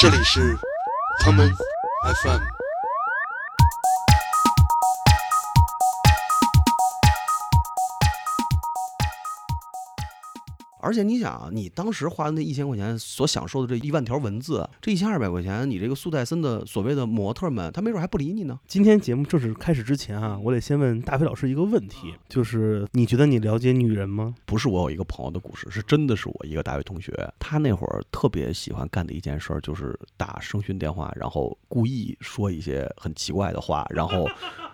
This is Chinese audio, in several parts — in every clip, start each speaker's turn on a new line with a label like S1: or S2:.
S1: 这里是他们 FM。
S2: 而且你想啊，你当时花的那一千块钱所享受的这一万条文字，啊这一千二百块钱，你这个苏戴森的所谓的模特们，他没准还不理你呢。
S3: 今天节目正式开始之前啊，我得先问大飞老师一个问题，就是你觉得你了解女人吗？
S2: 不是我有一个朋友的故事，是真的是我一个大学同学，他那会儿特别喜欢干的一件事儿，就是打声讯电话，然后故意说一些很奇怪的话，然后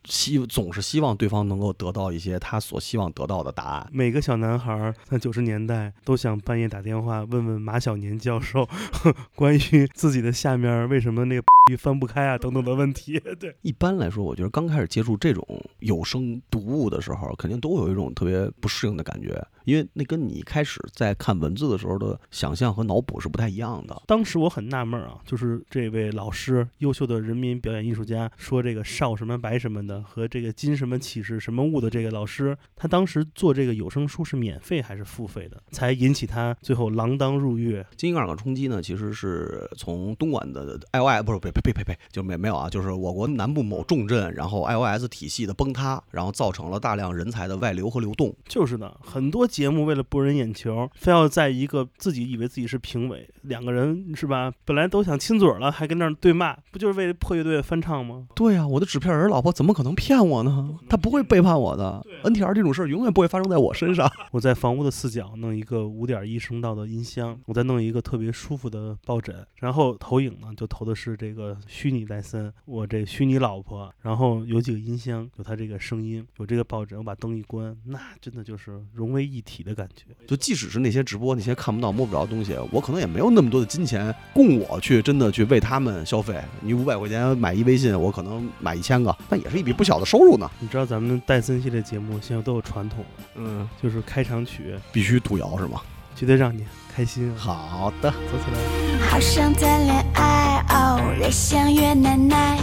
S2: 希总是希望对方能够得到一些他所希望得到的答案。
S3: 每个小男孩儿在九十年代都想半夜打电话问问马小年教授 关于自己的下面儿为什么那个 翻不开啊等等的问题。 对，
S2: 一般来说，我觉得刚开始接触这种有声读物的时候，肯定都会有一种特别不适应的感觉，因为那跟你一开始在看文字的时候的想象和脑补是不太一样的。
S3: 当时我很纳闷儿啊，就是这位老师，优秀的人民表演艺术家，说这个少什么白什么的和这个金什么启示什么物的这个老师，他当时做这个有声书是免费还是付费的，才引起他最后锒铛入狱？
S2: 金港港冲击呢，其实是从东莞的 I O I 不是，呸呸呸呸呸，就没没有啊，就是我国南部某重镇，然后 I O S 体系的崩塌，然后造成了大量人才的外流和流动。
S3: 就是的，很多节目为了博人眼球，非要在一个自己以为自己是评委，两个人是吧？本来都想亲嘴儿了，还跟那儿对骂，不就是为了破乐队翻唱吗？
S2: 对呀、我的纸片人老婆怎么可能骗我呢？她不会背叛我的。NTR 这种事儿永远不会发生在我身上。
S3: 我在房屋的四角弄一个五点一声道的音箱，我再弄一个特别舒服的抱枕，然后投影呢就投的是这个虚拟戴森，我这虚拟老婆，然后有几个音箱，有它这个声音，有这个抱枕，我把灯一关，那真的就是融为一体的感觉。
S2: 就即使是那些直播那些看不到摸不着的东西，我可能也没有那么多的金钱供我去真的去为他们消费。你五百块钱买一微信，我可能买一千个，但也是一笔不小的收入呢。
S3: 你知道咱们戴森系列节目现在都有传统，
S2: 嗯，
S3: 就是开场曲
S2: 必须土窑是吗？
S3: 绝对让你开心啊，
S2: 好的，
S3: 走起来。
S4: 好想谈恋爱哦，越想越难耐，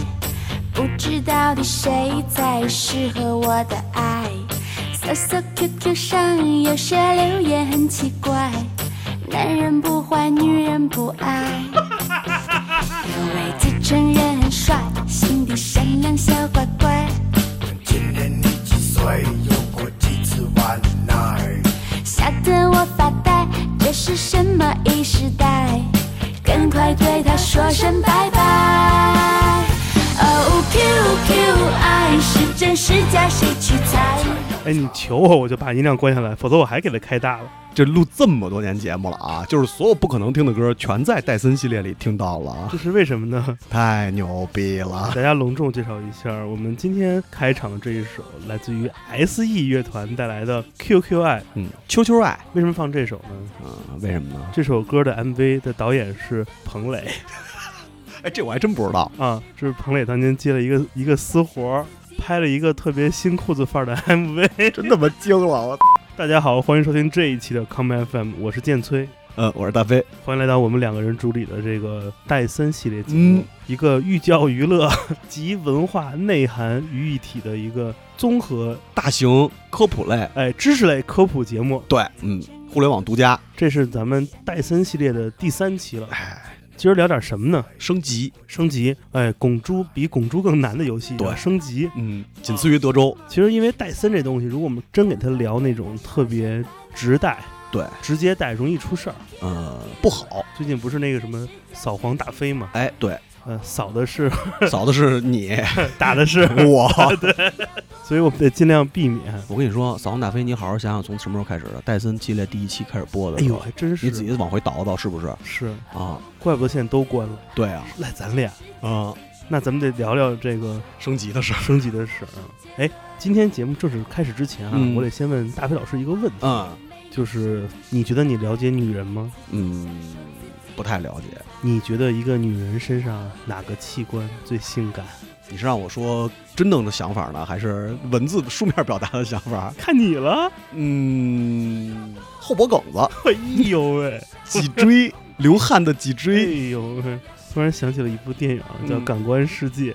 S4: 不知到底谁才适合我的爱。搜搜 QQ 上有些留言很奇怪，男人不坏，女人不爱。有位自称人很帅，心地善良小乖乖，
S5: 今年你几岁？有过几次玩奶？
S4: 吓得我发呆，这是什么一时代？赶快对他说声拜拜。哦，Q Q 爱是真是假，谁去猜？
S3: 哎，你求我，我就把音量关下来，否则我还给它开大了。
S2: 这录这么多年节目了啊，就是所有不可能听的歌全在戴森系列里听到了啊，
S3: 这是为什么呢？
S2: 太牛逼了！
S3: 大家隆重介绍一下，我们今天开场的这一首来自于 S.E 乐团带来的《QQI》。
S2: 嗯，秋秋爱，
S3: 为什么放这首呢？
S2: 嗯，为什么呢？
S3: 这首歌的 MV 的导演是彭磊
S2: 哎，这我还真不知道。
S3: 啊，这是彭磊当年接了一个一个私活儿，拍了一个特别新裤子范儿的 MV。
S2: 哎真他妈惊了！我
S3: 大家好，欢迎收听这一期的 Come FM，我是建崔。
S2: 呃，我是大飞，
S3: 欢迎来到我们两个人主理的这个戴森系列节目，
S2: 嗯
S3: 一个寓教于乐 集文化内涵于一体的一个综合
S2: 大型科普类，
S3: 哎知识类科普节目。
S2: 对，嗯，互联网独家，
S3: 这是咱们戴森系列的第三期了。
S2: 哎，
S3: 今儿聊点什么呢？
S2: 升级，
S3: 升级，哎，拱猪比拱猪更难的游戏啊，
S2: 对
S3: 升级。
S2: 嗯，仅次于德州，
S3: 其实因为戴森这东西，如果我们真给它聊那种特别直带，
S2: 对，
S3: 直接带容易出事儿。
S2: 呃，不好，
S3: 最近不是那个什么扫黄打非嘛，
S2: 哎，对，
S3: 呃，扫 的是
S2: 扫的是你
S3: 打的是，
S2: 我，
S3: 所以我们得尽量避免。
S2: 我跟你说，扫黄打非，你好好想想从什么时候开始的？戴森系列第一期开始播的，
S3: 哎呦，，还真是
S2: 你自己往回倒倒，是不是？
S3: 是，
S2: 啊，
S3: 怪不得现在都关了，
S2: 对啊，
S3: 赖咱俩。
S2: 啊，
S3: 那咱们得聊聊这个
S2: 升级的事儿，
S3: 升级的事儿啊。哎，今天节目正式开始之前啊，
S2: 嗯
S3: 我得先问大飞老师一个问题，
S2: 嗯
S3: 就是你觉得你了解女人吗？
S2: 嗯，不太了解。
S3: 你觉得一个女人身上哪个器官最性感？
S2: 你是让我说真正的想法呢，还是文字书面表达的想法？
S3: 看你了，
S2: 嗯，后脖梗子、
S3: 哎呦喂，
S2: 脊椎、流汗的脊
S3: 哎
S2: 椎，
S3: 呦喂！突然想起了一部电影叫
S2: 嗯
S3: 《感官世界》，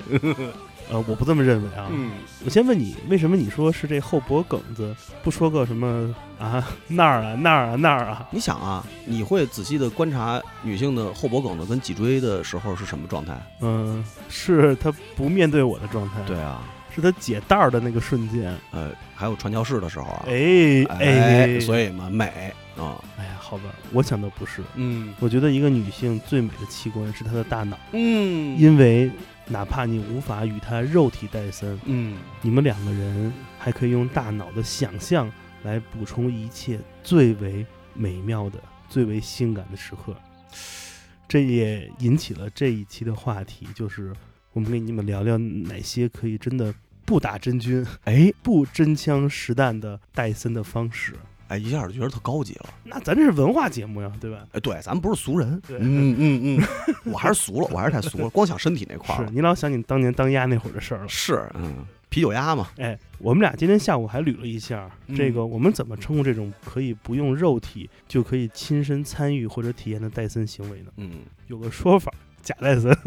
S3: 呃，我不这么认为啊。
S1: 嗯，
S3: 我先问你，为什么你说是这后脖梗子，不说个什么啊那儿啊那儿啊那儿啊？
S2: 你想啊，你会仔细的观察女性的后脖梗子跟脊椎的时候是什么状态？
S3: 嗯、是他不面对我的状态，，
S2: 啊，
S3: 是他解带儿的那个瞬间。
S2: 呃，还有传教士的时候啊，
S3: 哎
S2: 哎，
S3: 以
S2: 所以嘛，美啊，
S3: 哎呀，好吧，我想的不是。
S2: 嗯
S3: 我觉得一个女性最美的器官是她的大脑，
S2: 嗯
S3: 因为哪怕你无法与她肉体戴森，
S2: 嗯，
S3: 你们两个人还可以用大脑的想象来补充一切最为美妙的、最为性感的时刻。这也引起了这一期的话题，就是我们给你们聊聊哪些可以真的不打真菌、
S2: 哎
S3: 不真枪实弹的戴森的方式。
S2: 哎，一下就觉得特高级了。
S3: 那咱这是文化节目呀，对吧？
S2: 哎，对，咱们不是俗人，
S3: 对
S2: 嗯嗯嗯，我还是俗了，我还是太俗了，光想身体那块儿
S3: 是
S2: 了，
S3: 你老想你当年当鸭那会儿的事儿了。
S2: 是嗯，啤酒鸭嘛，
S3: 哎，我们俩今天下午还捋了一下，
S2: 嗯
S3: 这个我们怎么称呼这种可以不用肉体就可以亲身参与或者体验的戴森行为呢？
S2: 嗯，
S3: 有个说法，假戴森，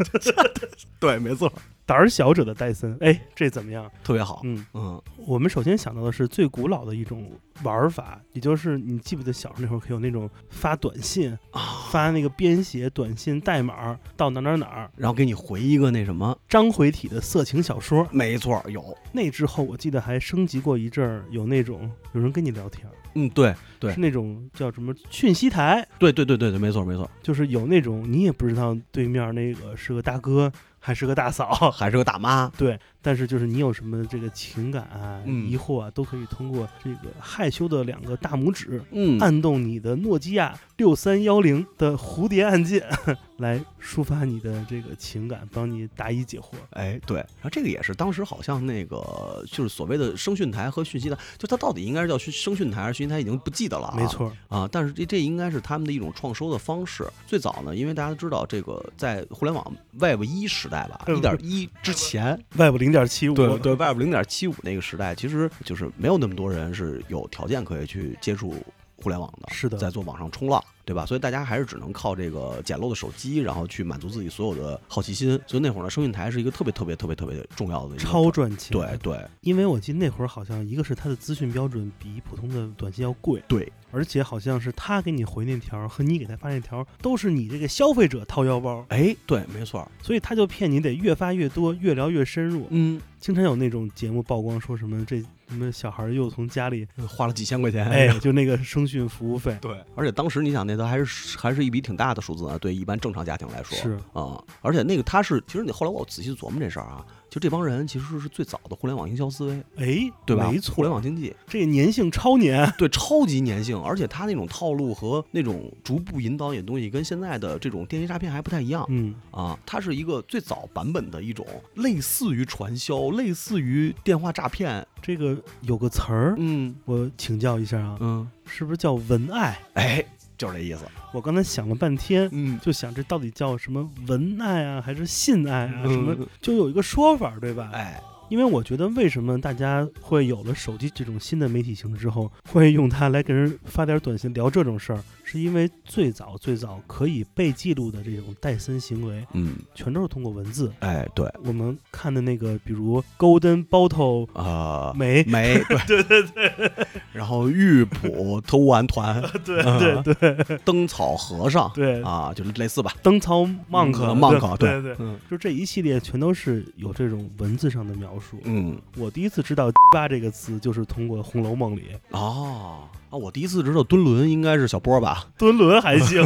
S2: 对，没错，
S3: 胆儿小者的戴森。哎，这怎么样？
S2: 特别好，
S3: 嗯，
S2: 嗯
S3: 我们首先想到的是最古老的一种玩法，也就是你记不记得小时候那会儿可以有那种发短信、
S2: 啊，
S3: 发那个编写短信代码到哪儿哪儿哪儿
S2: 然后给你回一个那什么，
S3: 章回体的色情小说。
S2: 没错，有，
S3: 那之后，我记得还升级过一阵儿，有那种有人跟你聊天儿，
S2: 嗯，对对
S3: 是那种叫什么讯息台，
S2: 对对对对对，没错没错，
S3: 就是有那种你也不知道对面那个是个大哥还是个大嫂，
S2: 还是个大妈，
S3: 对，但是就是你有什么这个情感啊、
S2: 嗯
S3: 疑惑啊，都可以通过这个害羞的两个大拇指
S2: 嗯
S3: 按动你的诺基亚六三幺零的蝴蝶按键， 来抒发你的这个情感，帮你答疑解惑。
S2: 哎，对，然后这个也是当时好像那个就是所谓的声讯台和讯息台，就它到底应该是叫讯声讯台还是讯息台，已经不记得了、啊。
S3: 没错，
S2: 啊，但是这这应该是他们的一种创收的方式。最早呢，因为大家都知道这个在互联网 Web 一时代吧，
S3: 嗯
S2: 一点一之前，
S3: 外部零点七五，
S2: 对对，Web 零点七五那个时代，其实就是没有那么多人是有条件可以去接触互联网的，
S3: 是的
S2: 在做网上冲浪，对吧？所以大家还是只能靠这个简陋的手机，然后去满足自己所有的好奇心。所以那会儿呢，声讯台是一个特别特别特别特别重要的一个
S3: 超赚钱。
S2: 对，对
S3: 因为我记得那会儿好像一个是它的资讯标准比普通的短信要贵，
S2: 对，
S3: 而且好像是他给你回那条儿和你给他发那条儿都是你这个消费者掏腰包，
S2: 哎，对，没错儿，
S3: 所以他就骗你得越发越多，越聊越深入。
S2: 嗯，
S3: 经常有那种节目曝光说什么这什么小孩儿又从家里，
S2: 嗯花了几千块钱，
S3: 哎，就那个声讯服务费，
S2: 对，而且当时你想，那都还是还是一笔挺大的数字啊，对一般正常家庭来说
S3: 是
S2: 啊、而且那个他是，其实你后来我仔细琢磨这事儿啊，就这帮人其实是最早的互联网营销思维，
S3: 哎，
S2: 对吧？
S3: 没
S2: 互联
S3: 错，
S2: 网经济，
S3: 这个粘性超粘，
S2: 对，超级粘性，而且他那种套路和那种逐步引导你的东西，跟现在的这种电信诈骗还不太一样。
S3: 嗯，
S2: 啊，它是一个最早版本的一种类似于传销、类似于电话诈骗，
S3: 这个有个词儿，
S2: 嗯
S3: 我请教一下啊，
S2: 嗯，
S3: 是不是叫文爱？
S2: 哎，就是这意思，
S3: 我刚才想了半天。
S2: 嗯，
S3: 就想这到底叫什么文爱啊，还是信爱啊？
S2: 嗯
S3: 什么就有一个说法儿，对吧？
S2: 哎，
S3: 因为我觉得，为什么大家会有了手机这种新的媒体形式之后，会用它来跟人发点短信聊这种事儿，是因为最早最早可以被记录的这种戴森行为，
S2: 嗯，
S3: 全都是通过文字。
S2: 哎，对。
S3: 我们看的那个，比如 Golden Bottle
S2: 啊、
S3: 梅，
S2: 梅，对 对对对， 然后玉璞特务安团，对对 对，灯草和尚，
S3: 对
S2: 嗯啊，就是类似吧，
S3: 灯草 Monk
S2: 嗯，Monk，
S3: 对
S2: 对
S3: 对，
S2: 嗯
S3: 就这一系列全都是有这种文字上的描述。
S2: 嗯，
S3: 我第一次知道“八”这个词，就是通过《红楼梦》里
S2: 哦。啊，我第一次知道敦伦应该是小波 吧，
S3: 敦伦还行，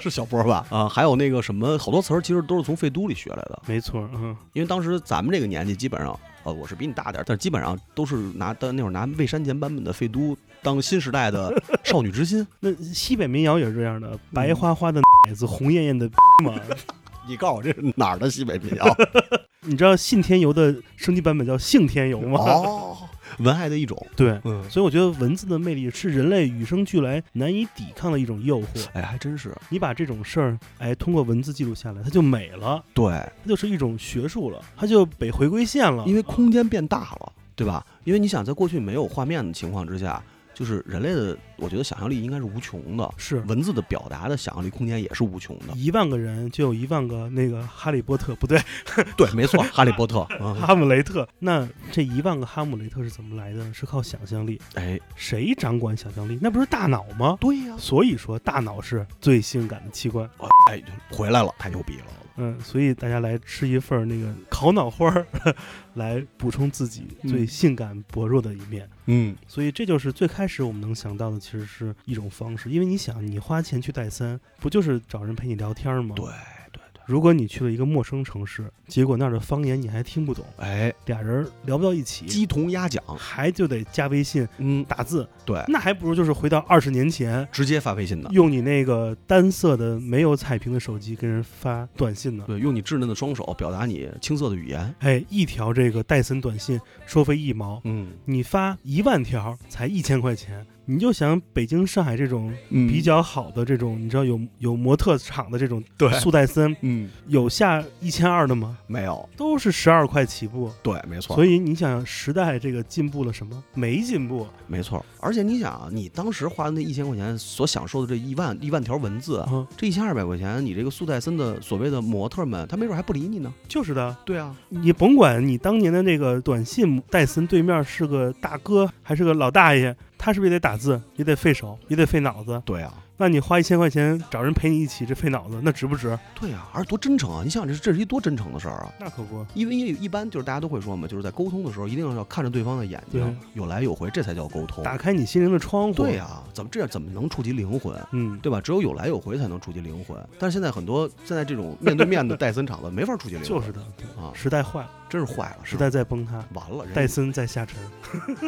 S2: 是小波吧？啊，还有那个什么，好多词儿其实都是从废都里学来的，
S3: 没错儿，嗯，
S2: 因为当时咱们这个年纪基本上，呃，我是比你大点儿，但是基本上都是拿的那会儿拿魏山前版本的废都当新时代的少女之心。
S3: 那西北民谣也是这样的，白花花的奶子，红艳艳的嘛。
S2: 你告诉我这是哪儿的西北民谣？
S3: 你知道信天游的升级版本叫信天游 吗？
S2: 哦，文爱的一种。
S3: 对，
S2: 嗯，
S3: 所以我觉得文字的魅力是人类与生俱来难以抵抗的一种诱惑。
S2: 哎，还真是。
S3: 你把这种事儿，哎，通过文字记录下来，它就美了，
S2: 对，
S3: 它就是一种学术了，它就北回归线了。
S2: 因为空间变大了，对吧？因为你想，在过去没有画面的情况之下，就是人类的我觉得想象力应该是无穷的，
S3: 是
S2: 文字的表达的想象力空间也是无穷的。
S3: 一万个人就有一万个那个哈利波特，不对，
S2: 对，没错，《 哈利波特》啊，
S3: 哈姆雷特。那这一万个哈姆雷特是怎么来的？是靠想象力。
S2: 哎，
S3: 谁掌管想象力？那不是大脑吗？
S2: 对呀、
S3: 所以说，大脑是最性感的器官。
S2: 啊哎，回来了，太牛逼了。
S3: 嗯，所以大家来吃一份儿那个烤脑花儿， 来补充自己最
S2: 嗯
S3: 性感薄弱的一面。
S2: 嗯，
S3: 所以这就是最开始我们能想到的，其实是一种方式。因为你想，你花钱去戴森，不就是找人陪你聊天吗？
S2: 对。对对，
S3: 如果你去了一个陌生城市，结果那儿的方言你还听不懂，
S2: 哎，
S3: 俩人聊不到一起，
S2: 鸡同鸭讲，
S3: 还就得加微信
S2: 嗯，
S3: 打字，
S2: 对，
S3: 那还不如就是回到二十年前，
S2: 直接发微信的，
S3: 用你那个单色的没有彩屏的手机跟人发短信呢。
S2: 对，用你稚嫩的双手表达你青涩的语言。
S3: 哎，一条这个戴森短信收费一毛，
S2: 嗯，
S3: 你发一万条才一千块钱，你就想北京、上海这种
S2: 嗯
S3: 比较好的这种，你知道有有模特厂的这种
S2: 对
S3: 速戴森，
S2: 嗯，
S3: 有下一千二的吗？
S2: 没有，
S3: 都是十二块起步。
S2: 对，没错，
S3: 所
S2: 以
S3: 以你想，时代这个进步了什么？没进步
S2: 没错。而且你想啊，你当时花的那一千块钱所享受的这一万一万条文字，
S3: 啊、
S2: 这一千二百块钱，你这个速戴森的所谓的模特们，他没准还不理你呢。
S3: 就是的。
S2: 对啊，
S3: 你甭管你当年的那个短信，戴森对面是个大哥还是个老大爷，他是不是也得打字，也得费手，也得费脑子？
S2: 对啊，
S3: 那你花一千块钱找人陪你一起，这费脑子，那值不值？
S2: 对啊，而且多真诚啊！你想，这这是一多真诚的事儿啊。
S3: 那可不，
S2: 因为因为一般就是大家都会说嘛，就是在沟通的时候一定要看着对方的眼睛，有来有回，这才叫沟通。
S3: 打开你心灵的窗户。
S2: 对呀、怎么这样怎么能触及灵魂？
S3: 嗯，
S2: 对吧？只有有来有回才能触及灵魂。但是现在很多现在这种面对面的戴森厂子没法触及灵魂，
S3: 就是的，对
S2: 啊，
S3: 时代坏了，
S2: 真是坏了，
S3: 时
S2: 是吧
S3: 代在崩塌，
S2: 完了，人
S3: 戴森在 下沉。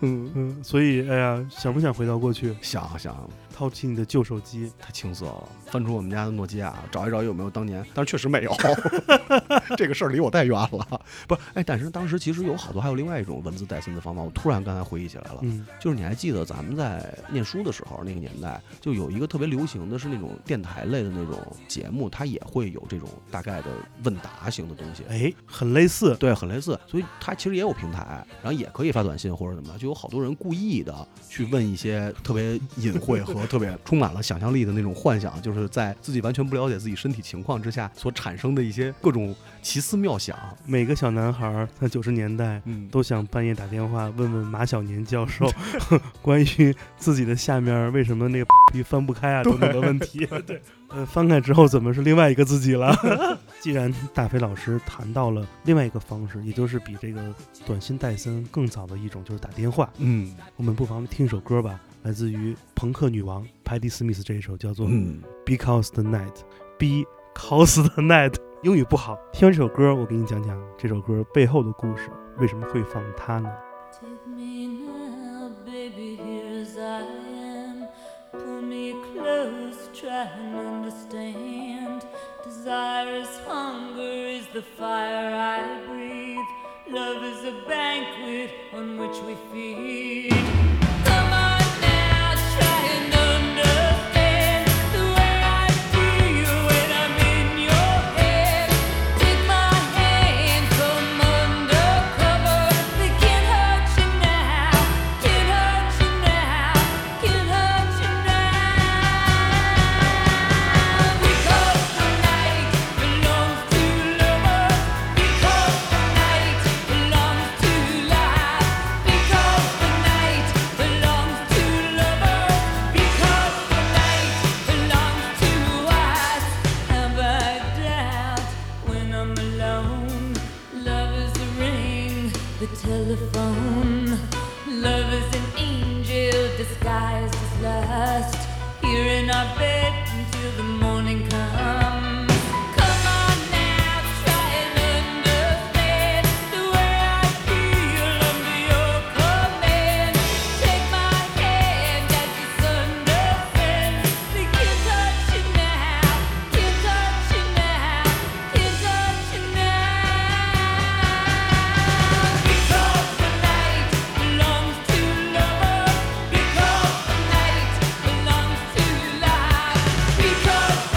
S2: 嗯，
S3: 嗯，所以哎呀，想不想回到过去，
S2: 想想
S3: 掏起你的旧手机？
S2: 太青涩了，翻出我们家的诺基亚，找一找有没有当年，但是确实没有，这个事儿离我太远了。不是，哎，但是当时其实有好多还有另外一种文字戴森的方法，我突然刚才回忆起来了，
S3: 嗯，
S2: 就是你还记得咱们在念书的时候，那个年代就有一个特别流行的是那种电台类的那种节目，它也会有这种大概的问答型的东西。
S3: 哎，很类似。
S2: 对，很类似，所以它其实也有平台，然后也可以发短信或者怎么样，就有好多人故意的去问一些特别隐晦和特别充满了想象力的那种幻想，就是在自己完全不了解自己身体情况之下所产生的一些各种奇思妙想。
S3: 每个小男孩儿在九十年代
S2: 嗯，
S3: 都想半夜打电话问问马小年教 授关于自己的下面儿为什 么那个逼翻不开啊等等的问题。对， 呃，翻开之后怎么是另外一个自己了？ 既然大飞老师谈到了另外一个方式，也就是比这个短信戴森更早的一种，就是打电话，
S2: 嗯
S3: 我们不妨听一首歌吧，来自于朋克女王派蒂·史密斯这一首叫做《
S2: 嗯，
S3: Because the Night》，B Cause the Night。英 语不好，听完这首歌，我给你讲讲这首歌背后的故事，为什么会放它呢？
S6: Take me now, baby, here as I am. Pull me close, try and understand. Desire is hunger, is the fire I breathe. Love is a banquet on which we feed. Come on now, try and understand the way I feel you when I'm in your head. Take my hand from under cover. They can't hurt you now, can't hurt you now, can't hurt you now. Because the night belongs to lovers. Because the night belongs to life. Because the night belongs to lovers. Because the night belongs to us. Have I doubt when I'm alone? Love is a ring, the telephone. Love is an angel disguised as lust. Here in our bed until the morning comes. Come on now, try and understand the way I feel under your command. Take my hand as the sun descends. They can't touch you now, can't touch you now, can't touch you now. Because the night belongs to lovers. Because the night belongs to life.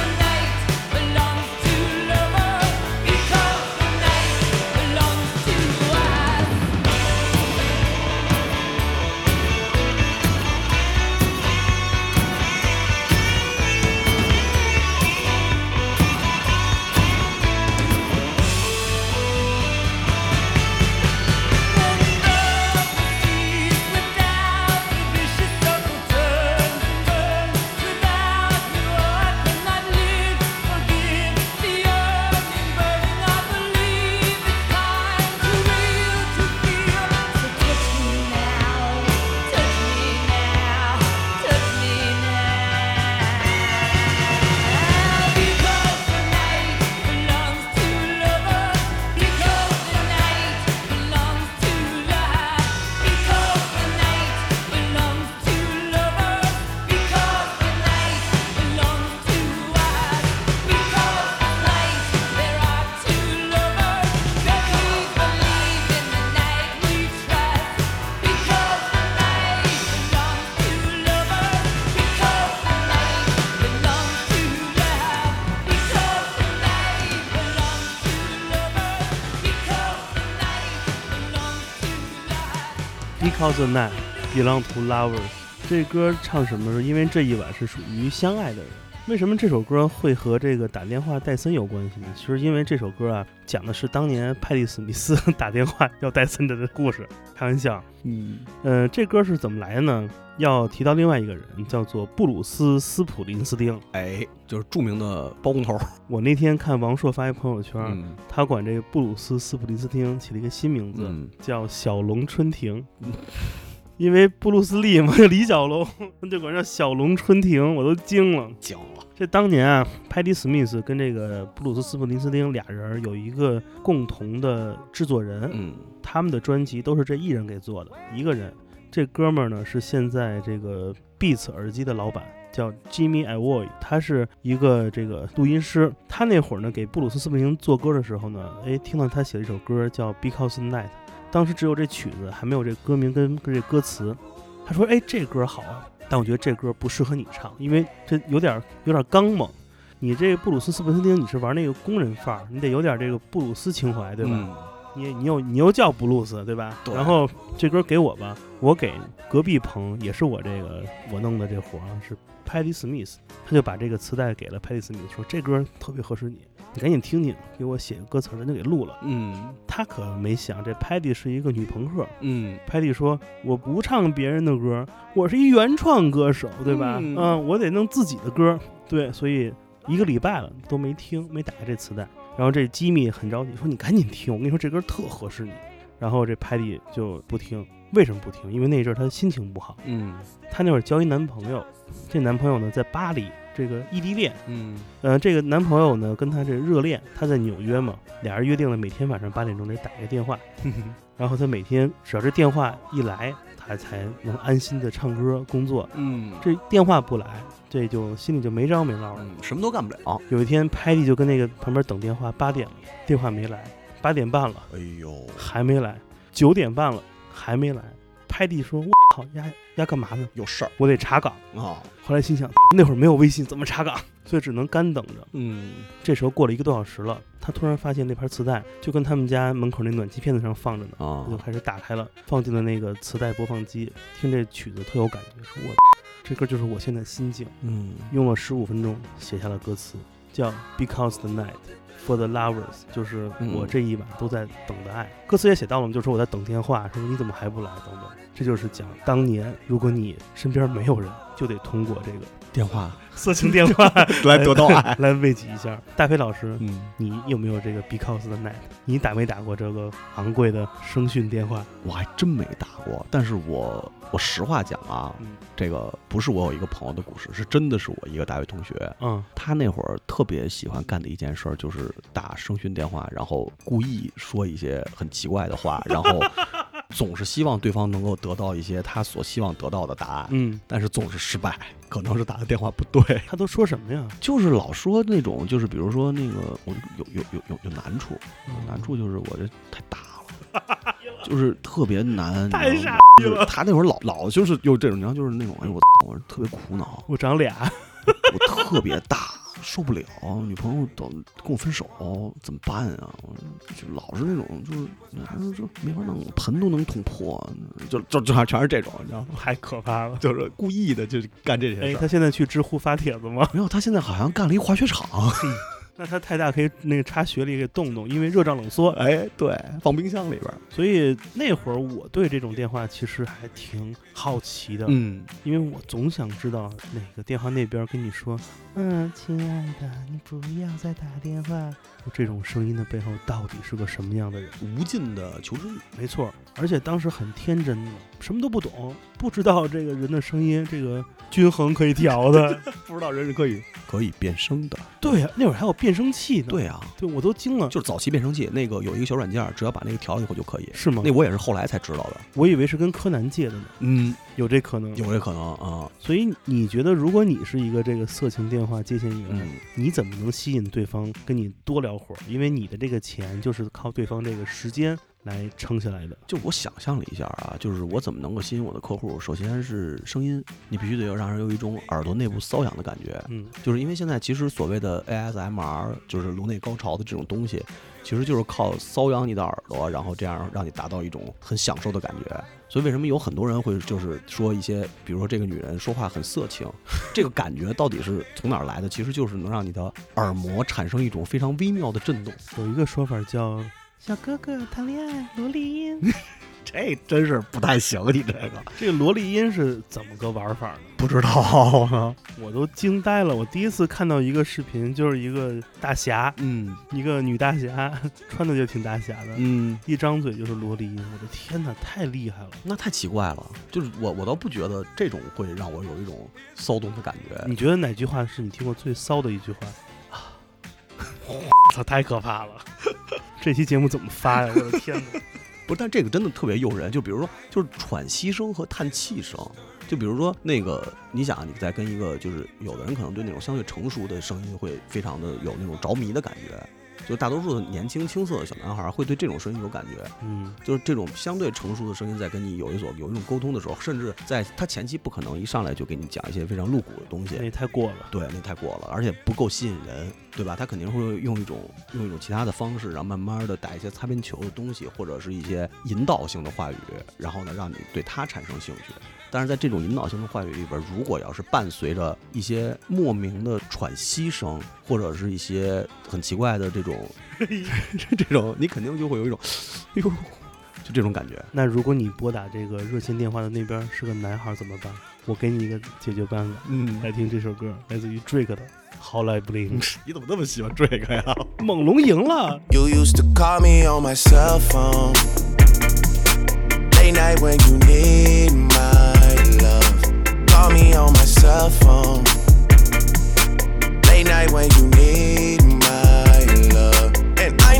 S3: Because the night belong to lovers。这歌唱什么呢？因为这一晚是属于相爱的人。为什么这首歌会和这个打电话戴森有关系呢？其实因为这首歌啊，讲的是当年派蒂·史密斯 打电话要戴森的这故事。开玩笑，
S2: 嗯，
S3: 呃，这歌是怎么来的呢？要提到另外一个人，叫做布鲁斯·斯普林斯丁。
S2: 哎，就是著名的包工头，
S3: 我那天看王朔发一朋友圈，
S2: 嗯
S3: 他管这个布鲁斯·斯普林斯汀起了一个新名字，
S2: 嗯，
S3: 叫小龙春庭
S2: 嗯，
S3: 因为布鲁斯利嘛，李小龙， 他就管叫小龙春庭，我都惊了。
S2: 讲了，
S3: 这当年啊，派蒂·史密斯跟这个布鲁斯·斯普林斯汀俩人有一个共同的制作人，
S2: 嗯，
S3: 他们的专辑都是这一人给做的，一个人。这哥们儿呢是现在这个 Beats 耳机的老板，叫 Jimmy Iovine，他是一个这个录音师。他那会儿呢给布鲁斯·斯普林做歌的时候呢，哎，听到他写了一首歌叫《Because Night》，当时只有这曲子，还没有这歌名跟跟这歌词。他说：“哎，这歌好啊，但我觉得这歌不适合你唱，因为这有点儿有点儿刚猛。你这布鲁斯·斯普林斯汀，你是玩那个工人范儿，你得有点这个布鲁斯情怀，对吧？”
S2: 吧？
S3: 你你又你又叫布鲁斯对吧？
S2: 对
S3: 然后这歌给我吧，我给隔壁棚也是我这个我弄的这活儿啊，是 Patty Smith，他就把这个磁带给了 Patty Smith，说这歌特别合适你，你赶紧听听，给我写个歌词儿，咱就给录了。
S2: 嗯
S3: 他可没想这 Patty 是一个女朋克
S2: 嗯，
S3: ，Patty 说我不唱别人的歌，我是一原创歌手对吧？
S2: 嗯
S3: 嗯、我得弄自己的歌，对，所以一个礼拜了都没听，没打开这磁带。然后这吉米很着急，说你赶紧听，我跟你说这歌特合适你。然后这派蒂就不听，为什么不听？因为那一阵儿她心情不好，
S2: 嗯
S3: 她那会儿交一男朋友，这男朋友呢在巴黎，这个异地恋。
S2: 嗯
S3: 呃，这个男朋友呢跟她这热恋，她在纽约嘛，俩人约定了每天晚上八点钟得打一个电话。然后她每天只要这电话一来，她才能安心的唱歌工作。
S2: 嗯，
S3: 这电话不来，这就心里就没着没落了。
S2: 嗯什么都干不了。
S3: 有一天，拍地就跟那个旁边等电话，八点了，电话没来，八点半了
S2: 哎呦，
S3: 还没来，九点半了还没来。哎拍地说：“我靠，丫丫干嘛呢？
S2: 有事儿
S3: 我得查岗。
S2: 啊，”
S3: 后来心想， 那会儿没有微信，怎么查岗？所以只能干等着。
S2: 嗯，
S3: 这时候过了一个多小时了，他突然发现那盘磁带就跟他们家门口那暖气片子上放着呢，
S2: 啊
S3: 他就开始打开了，放进了那个磁带播放机，听这曲子特有感觉，说我这歌就是我现在心境。
S2: 嗯
S3: 用了十五分钟写下了歌词，叫 Because the night for the lovers，就是
S2: 嗯
S3: 我这一晚都在等的爱。歌词也写到了，我们就说我在等电话，说你怎么还不来等等。这就是讲当年，如果你身边没有人，就得通过 这个
S2: 电话
S3: 色情电话。
S2: 来啊得到爱
S3: 来慰藉一下。大飞老师，
S2: 嗯，
S3: 你有没有这个 Because the night？你打没打过这个昂贵的声讯电话？
S2: 我还真没打过，但是我我实话讲啊，
S3: 嗯
S2: 这个不是我有一个朋友的故事，是真的是我一个大学同学，
S3: 嗯
S2: 他那会儿特别喜欢干的一件事儿，就是打声讯电话，然后故意说一些很奇怪的话，然 后总是希望对方能够得到一些他所希望得到的答案，
S3: 嗯，
S2: 但是总是失败，可能是打的电话不对，
S3: 他都说什么呀？
S2: 就是老说那种，就是比如说那个我有有有有有难处，有难处就是我这太大了。 就是特别难，你知道吗
S3: 太傻
S2: 就是他那会儿老老就是有这种，然后就是那种，哎呦我我特别苦恼，
S3: 我长俩，
S2: 我特别大，受不了，女朋友都跟我分手，怎么办啊？我就老是那种，就是女孩子就没法弄，盆都能捅破，就就就全是这种，你知道吗？
S3: 太可怕了。
S2: 就是故意的，就是干这些
S3: 哎，
S2: 事儿。
S3: 他现在去知乎发帖子吗？
S2: 没有，他现在好像干了一滑雪场，
S3: 那它太大可以那个插雪里给冻冻，因为热胀冷缩。
S2: 哎，对，放冰箱里边儿。
S3: 所以那会儿我对这种电话其实还挺好奇的，
S2: 嗯，
S3: 因为我总想知道哪个电话那边跟你说，嗯，亲爱的，你不要再打电话。 这种声音的背后到底是个什么样的人？
S2: 无尽的求知欲。
S3: 没错，而且当时很天真的，什么都不懂，不知道这个人的声音这个均衡可以调的。
S2: 不知道人是可以可以变声的。
S3: 对呀、那会儿还有变声器呢。，
S2: 对啊，
S3: 对我都惊了，
S2: 就是早期变声器那个有一个小软件儿，只要把那个调了以后就可以。
S3: 是吗？
S2: 那我也是后来才知道的。
S3: 我以为是跟柯南借的呢，
S2: 嗯，
S3: 有这可能。
S2: 有这可能啊。
S3: 所以你觉得，如果你是一个这个色情电话接线员，
S2: 嗯，
S3: 你怎么能吸引对方跟你多聊会儿？因为你的这个钱就是靠对方这个时间来撑下来的。
S2: 就我想象了一下啊，就是我怎么能够吸引我的客户？首先是声音，你必须得要让人有一种耳朵内部瘙痒的感觉，
S3: 嗯
S2: 就是因为现在其实所谓的 ASMR，就是颅内高潮的这种东西，其实就是靠搔痒你的耳朵，然后这样让你达到一种很享受的感觉。所以为什么有很多人会就是说一些，比如说这个女人说话很色情，这个感觉到底是从哪儿来的？其实就是能让你的耳膜产生一种非常微妙的震动。
S3: 有一个说法叫“小哥哥谈恋爱萝莉音
S2: 这真是不太行，你这个”，
S3: 这个萝莉音是怎么个玩法呢？
S2: 不知道啊。
S3: 我都惊呆了！我第一次看到一个视频，就是一个大侠，
S2: 嗯
S3: 一个女大侠，穿的就挺大侠的，
S2: 嗯，
S3: 一张嘴就是萝莉音。我的天哪，太厉害了！
S2: 那太奇怪了。就是我我倒不觉得这种会让我有一种骚动的感觉。
S3: 你觉得哪句话是你听过最骚的一句话？ 操，太可怕了！ 这期节目怎么发呀？我的天哪！
S2: 不是，但这个真的特别诱人。就比如说，就是喘息声和叹气声。就比如说那个，你想啊你在跟一个就是有的人可能对那种相对成熟的声音会非常的有那种着迷的感觉。就大多数的年轻青涩的小男孩会对这种声音有感觉，
S3: 嗯，
S2: 就是这种相对成熟的声音在跟你有一所有一种沟通的时候，甚至在他前期不可能一上来就给你讲一些非常露骨的东西
S3: 那，也太过了。
S2: 对，那太过了，而且不够吸引人，对吧？他肯定会用一种用一种其他的方式，然后慢慢的打一些擦边球的东西，或者是一些引导性的话语，然后呢，让你对他产生兴趣。但是在这种引导性的话语里边，如果要是伴随着一些莫名的喘息声，或者是一些很奇怪的这种 这种，你肯定就会有一种，哎呦，就这种感觉。
S3: 那如果你拨打这个热线电话的那边是个男孩怎么办？我给你一个解决办法，
S2: 嗯，
S3: 来听这首歌，来自于 Drake 的《How I Bling》。
S2: 你怎么那么喜欢这个呀？
S3: 猛龙赢了，
S5: You used to call me on my cell phone. Late night when you need my love. Call me on my cell phone. Late night when you need my love. And I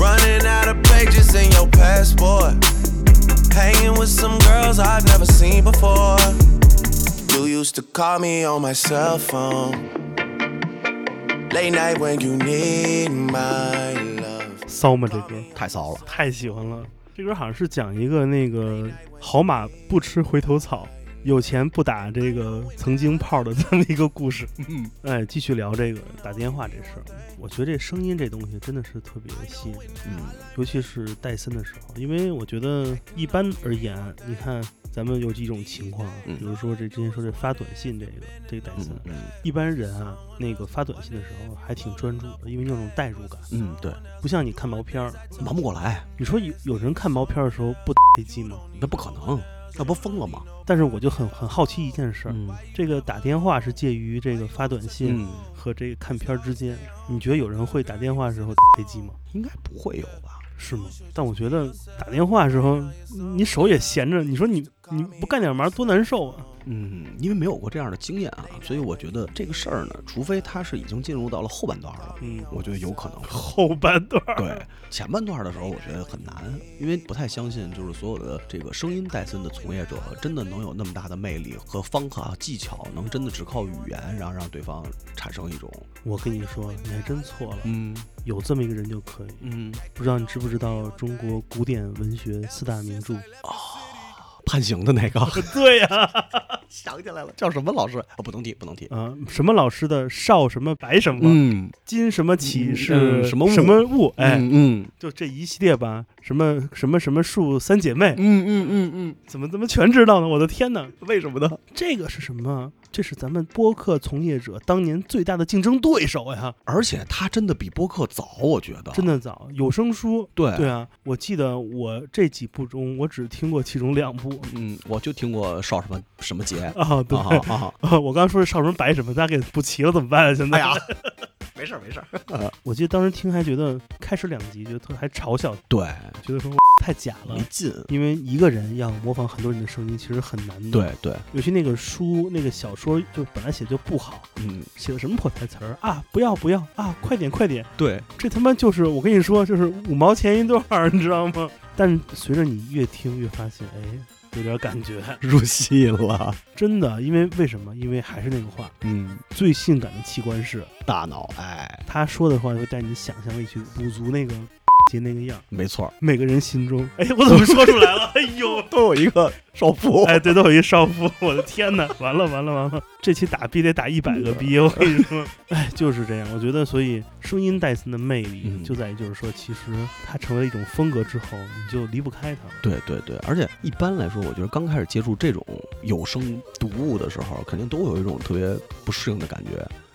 S5: Running out of pages in your passport. Hanging with some girls I've never seen before. You used to call me on my cell phone. Late night when you need my love.
S3: 骚吗？这歌
S2: 太骚了。
S3: 太喜欢了。这歌好像是讲一个那个好马不吃回头草，有钱不打这个曾经炮的这么一个故事。嗯，哎，继续聊这个打电话这事儿。我觉得这声音这东西真的是特别吸引人，
S2: 嗯，
S3: 尤其是戴森的时候，因为我觉得一般而言，你看咱们有几种情况啊，
S2: 嗯
S3: 比如说这之前说这发短信这个这个戴森
S2: 嗯，嗯
S3: 一般人啊，那个发短信的时候还挺专注的，因为有种代入感，
S2: 嗯，对，
S3: 不像你看毛片儿。
S2: 忙不过来，
S3: 你说有有人看毛片的时候不飞机吗？
S2: 那不可能，那不疯了吗？
S3: 但是我就很很好奇一件事儿，
S2: 嗯
S3: 这个打电话是介于这个发短信
S2: 嗯，
S3: 和这个看片儿之间，你觉得有人会打电话的时候飞机吗？
S2: 应该不会有吧？
S3: 是吗？但我觉得打电话的时候，你手也闲着，你说你你不干点嘛多难受啊！
S2: 嗯，因为没有过这样的经验啊，所以我觉得这个事儿呢，除非他是已经进入到了后半段了，
S3: 嗯
S2: 我觉得有可能。
S3: 后半段儿
S2: 对前半段的时候，我觉得很难，因为不太相信，就是所有的这个声音戴森的从业者真的能有那么大的魅力和方法技巧，能真的只靠语言，然后让对方产生一种
S3: 我跟你说，你还真错了，
S2: 嗯
S3: 有这么一个人就可以。
S2: 嗯
S3: 不知道你知不知道中国古典文学四大名 著？
S2: 判刑的那个，
S3: 对呀、
S2: 想起来了，叫什么老师？哦、不能提，不能提。
S3: 啊，什么老师的少什么白什么、
S2: 嗯，
S3: 金什么启是、
S2: 嗯什么物
S3: 什么物？哎，
S2: 嗯
S3: 就这一系列吧，什么什么什么树三姐妹，
S2: 嗯嗯嗯嗯，
S3: 怎么怎么全知道呢？我的天哪，
S2: 为什么呢？
S3: 这个是什么？这是咱们播客从业者当年最大的竞争对手呀！
S2: 而且他真的比播客早，我觉得
S3: 真的早，有声书。
S2: 对
S3: 对啊，我记得我这几部中，我只听过其中两部。
S2: 嗯，我就听过少什么什么节。
S3: 啊，对，
S2: 啊哈啊 哈！
S3: 啊我刚说是少什么白什么，大家给补齐了怎么办啊？现在、呃
S2: 哎 呀，没事儿没事儿。
S3: 我记得当时听还觉得开始两集觉得特还嘲笑，
S2: 对，
S3: 觉 得说太假了
S2: 没。劲。
S3: 因为一个人要模仿很多人的声音，其实很难的。，
S2: 对对，
S3: 尤其那个书、那个小说，就本来写就不好，
S2: 嗯，
S3: 写的什么破台词儿啊！不要不要啊！快点快点！
S2: 对，
S3: 这他妈就是我跟你说，就是五毛钱一段儿，你知道吗？但是随着你越听越发现，哎，有点感觉，
S2: 入戏了。
S3: 真的。因为为什么？因为还是那个话，
S2: 嗯，
S3: 最性感的器官是
S2: 大脑，哎，
S3: 他说的话，会带你想象力去补足那个 及那个样儿。
S2: 没错儿，
S3: 每个人心中，哎，我怎么说出来了？ 哎呦！
S2: 都有一个少妇
S3: 哎，对，都有一少妇， 我的天哪！完了完了完了，这期打 B 得打一百个 B，我跟你说，嗯 哎，就是这样。我觉得，所以声音戴森的魅力
S2: 嗯
S3: 就在于，就是说，其实它成为一种风格之后，你就离不开它了。
S2: 对对对，而且一般来说，我觉得刚开始接触这种有声读物的时候，肯定都有一种特别不适应的感觉，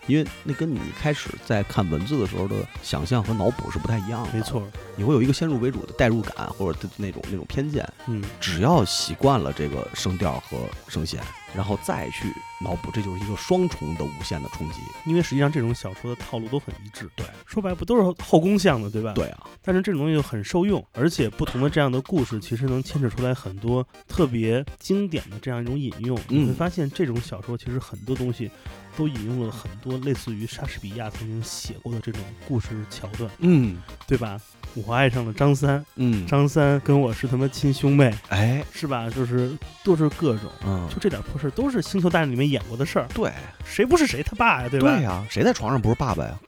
S2: 因为那跟你开始在看文字的时候的想象和脑补是不太一样的。
S3: 没，错，
S2: 你会有一个先入为主的代入感，或者那种那种偏见。
S3: 嗯，
S2: 只要习惯了这个声调和声线，然后再去脑补，这就是一个双重的无限的冲击。
S3: 因为实际上这种小说的套路都很一致。对，说白了不都是后宫向的，对吧？。
S2: 对啊，
S3: 但是这种东西就很受用，而且不同的这样的故事，其实能牵扯出来很多特别经典的这样一种引用。
S2: 嗯
S3: 你会发现，这种小说其实很多东西都引用了很多类似于莎士比亚曾经写过的这种故事桥段，
S2: 嗯
S3: 对吧？我爱上了张三，
S2: 嗯，
S3: 张三跟我是他妈亲兄妹，
S2: 哎，
S3: 是吧？就是都是各种。
S2: 嗯
S3: 就，这点破事儿都是《星球大战》里面演过的事儿，
S2: 对
S3: 谁不是谁他爸呀、对吧？
S2: 对呀、谁在床上不是爸爸呀？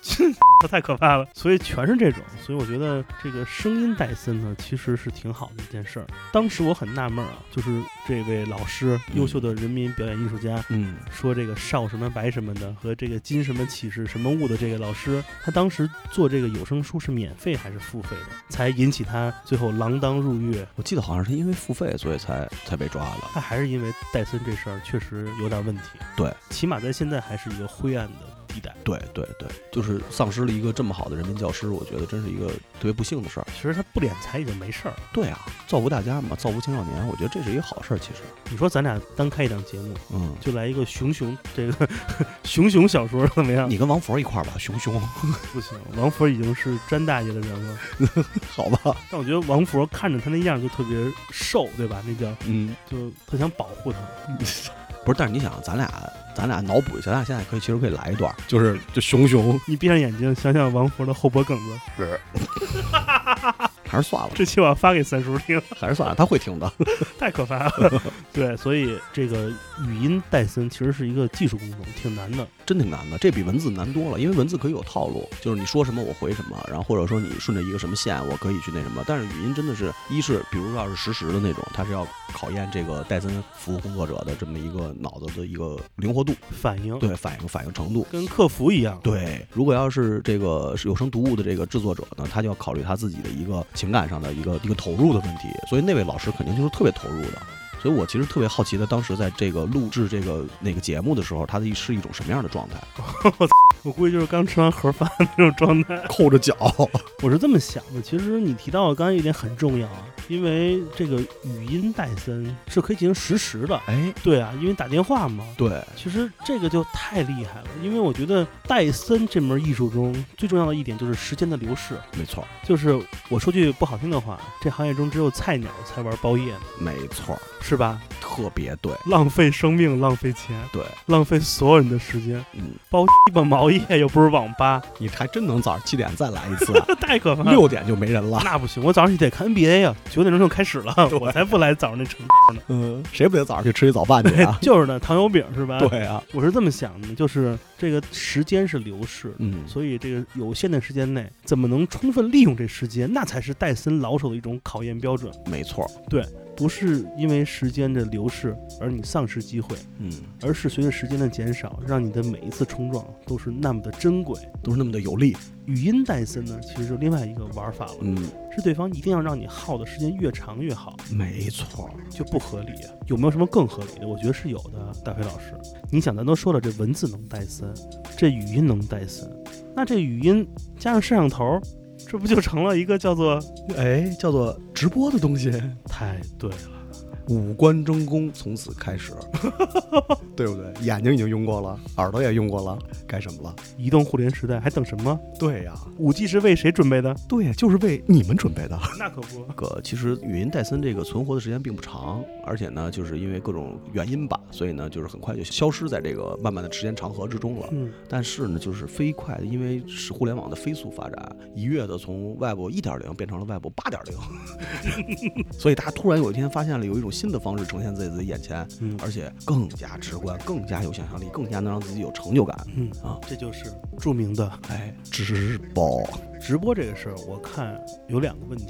S3: 这太可怕了。所以全是这种，所以我觉得这个声音戴森呢，其实是挺好的一件事儿。当时我很纳闷儿啊，就是这位老师，
S2: 嗯
S3: 优秀的人民表演艺术家。
S2: 嗯
S3: 说这个少什么白什么的和这个金什么启示什么物的这个老师，他当时做这个有声书是免费还是付费的，才引起他最后锒铛入狱？
S2: 我记得好像是因为付费，所以才才被抓了。
S3: 他还是因为戴森这事儿确实有点问题。
S2: 对，
S3: 起码在现在还是一个灰暗的地带。
S2: 对对对，就是丧失了一个这么好的人民教师，我觉得真是一个特别不幸的事儿。
S3: 其实他不敛财也就没事儿了。
S2: 对啊，造福大家嘛，造福青少年，我觉得这是一个好事儿。其实，
S3: 你说咱俩单开一档节目，
S2: 嗯，
S3: 就来一个熊熊这个 熊熊小说怎么样？
S2: 你跟王佛一块儿吧，熊熊，
S3: 不行，王佛已经是詹大爷的人了，
S2: 好吧？
S3: 但我觉得王佛看着他那样就特别瘦，对吧？那叫
S2: 嗯，
S3: 就特想保护他。
S2: 不是，但是你想，咱俩咱俩脑补一下，咱俩现在可以其实可以来一段，就是就熊熊，
S3: 你闭上眼睛，想想王佛的后脖梗子。
S2: 还是算了，
S3: 这期我要发给三叔听，
S2: 还是算了，他会听的。
S3: 太可怕了。 对，所以这个语音戴森其实是一个技术工种，挺难的。
S2: 真挺难的，这比文字难多了，因为文字可以有套路，就是你说什么我回什么，然后或者说你顺着一个什么线，我可以去那什么。但是语音真的是，一是比如要是实时的那种，它是要考验这个戴森服务工作者的这么一个脑子的一个灵活度，
S3: 反应
S2: 对反应反应程度。
S3: 跟客服一样，
S2: 对，如果要是这个是有声读物的这个制作者呢，他就要考虑他自己的一个情感上的一个一个投入的问题，所以那位老师肯定就是特别投入的。所以我其实特别好奇的，当时在这个录制这个那个节目的时候，他的一是一种什么样的状态？
S3: 我估计就是刚吃完盒饭那种状态。
S2: 扣着脚，
S3: 我是这么想的，其实你提到的刚才有一点很重要啊，因为这个语音戴森是可以进行实时的。
S2: 哎，
S3: 对啊，因为打电话嘛。
S2: 对，
S3: 其实这个就太厉害了，因为我觉得戴森这门艺术中最重要的一点就是时间的流逝。
S2: 没错，
S3: 就是我说句不好听的话，这行业中只有菜鸟才玩包夜呢，
S2: 没错，
S3: 是吧？
S2: 特别对，
S3: 浪费生命，浪费钱，
S2: 对，
S3: 浪费所有人的时间，
S2: 嗯，
S3: 包鸡巴毛夜又不是网吧，
S2: 你还真能早上七点再来一 次，啊
S3: 太可怕了。
S2: 六点就没人了。
S3: 那不行，我早上得看 NBA 呀、啊九点钟就开始了，我才不来早上那晨呢。
S2: 嗯，谁不得早上去吃一早饭去啊？
S3: 就是呢，糖油饼是吧？，
S2: 对啊，
S3: 我是这么想的，就是这个时间是流逝的。
S2: 嗯，
S3: 所以这个有限的时间内，怎么能充分利用这时间，那才是戴森老手的一种考验标准。
S2: 没错，
S3: 不是因为时间的流逝而你丧失机会，
S2: 嗯，
S3: 而是随着时间的减少，让你的每一次冲撞都是那么的珍贵。
S2: 都是那么的有力，
S3: 语音戴森呢，其实是另外一个玩法了，
S2: 嗯，
S3: 是对方一定要让你耗的时间越长越好，
S2: 没错，
S3: 就不合理。啊有没有什么更合理的？我觉得是有的，大飞老师。你想，咱都说了，这文字能戴森，这语音能戴森，那这语音加上摄像头，这不就成了一个叫做
S2: 哎，叫做直播的东西，
S3: 太对了，
S2: 五官争功从此开 始，对不对？眼睛已经用过了，耳朵也用过了，该什么了？
S3: 移动互联时代还等什么？
S2: 对呀、
S3: 五 G 是为谁准备的？
S2: 对呀、就是为你们准备的。
S3: 那可不，
S2: 个其实语音戴森这个存活的时间并不长，而且呢，就是因为各种原因吧，所以呢，就是很快就消失在这个漫漫的时间长河之中了。
S3: 嗯，
S2: 但是呢，就是飞快的，因为是互联网的飞速发展，一跃的从 Web 一点零变成了 Web 八点零， 所以大家突然有一天发现了有一种新的方式呈现在自己眼前，
S3: 嗯
S2: 而且更加直观，更加有想象力，更加能让自己有成就感。
S3: 嗯
S2: 啊，
S3: 这就是著名的
S2: 哎，直播，
S3: 直播这个事儿，我看有两个问题，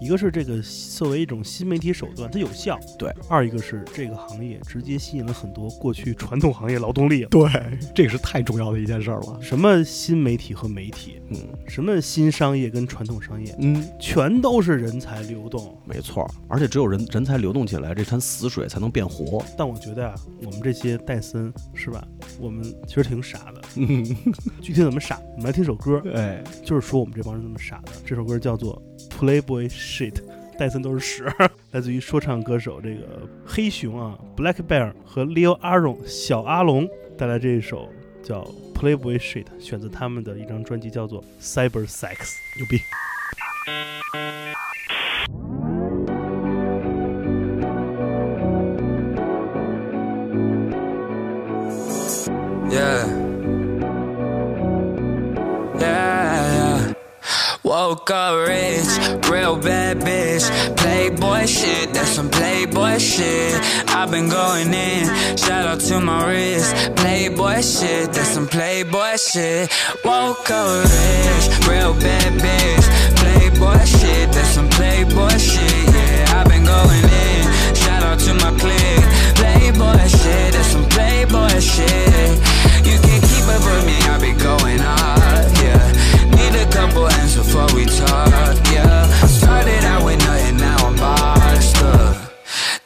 S3: 一个是这个作为一种新媒体手段，它有效；
S2: 对，
S3: 二一个是这个行业直接吸引了很多过去传统行业劳动力。
S2: 对，这个是太重要的一件事儿了。
S3: 什么新媒体和媒体，
S2: 嗯
S3: 什么新商业跟传统商业，
S2: 嗯，
S3: 全都是人才流动。
S2: 没错儿，而且只有人人才流动起来，这滩死水才能变活。
S3: 但我觉得啊，我们这些戴森是吧？我们其实挺傻的。
S2: 嗯，
S3: 具体怎么傻？我们来听首歌，
S2: 哎，
S3: 就是说我们这帮人怎么傻的。这首歌叫做《Playboy Shit》，戴森都是屎， 来自于说唱歌手这个黑熊啊，Black Bear 和 Leo Aron 小阿龙带来这一首叫《Playboy Shit》，选自他们的一张专辑叫做《Cyber Sex》。
S2: 牛逼！
S5: Yeah. Yeah. Woke up rich, real bad bitch. Playboy shit, that's some playboy shit. I've been going in, shout out to my wrist. Playboy shit, that's some playboy shit. Woke up rich, real bad bitch. Playboy shit, that's some playboy shit. Yeah, I've been going in, shout out to my clique. Playboy shit, that's some playboy shit. You can keep up with me, I'll be going hard, yeah. Need a couple hands before we talk, yeah. Started out with nothing, now I'm bossed up.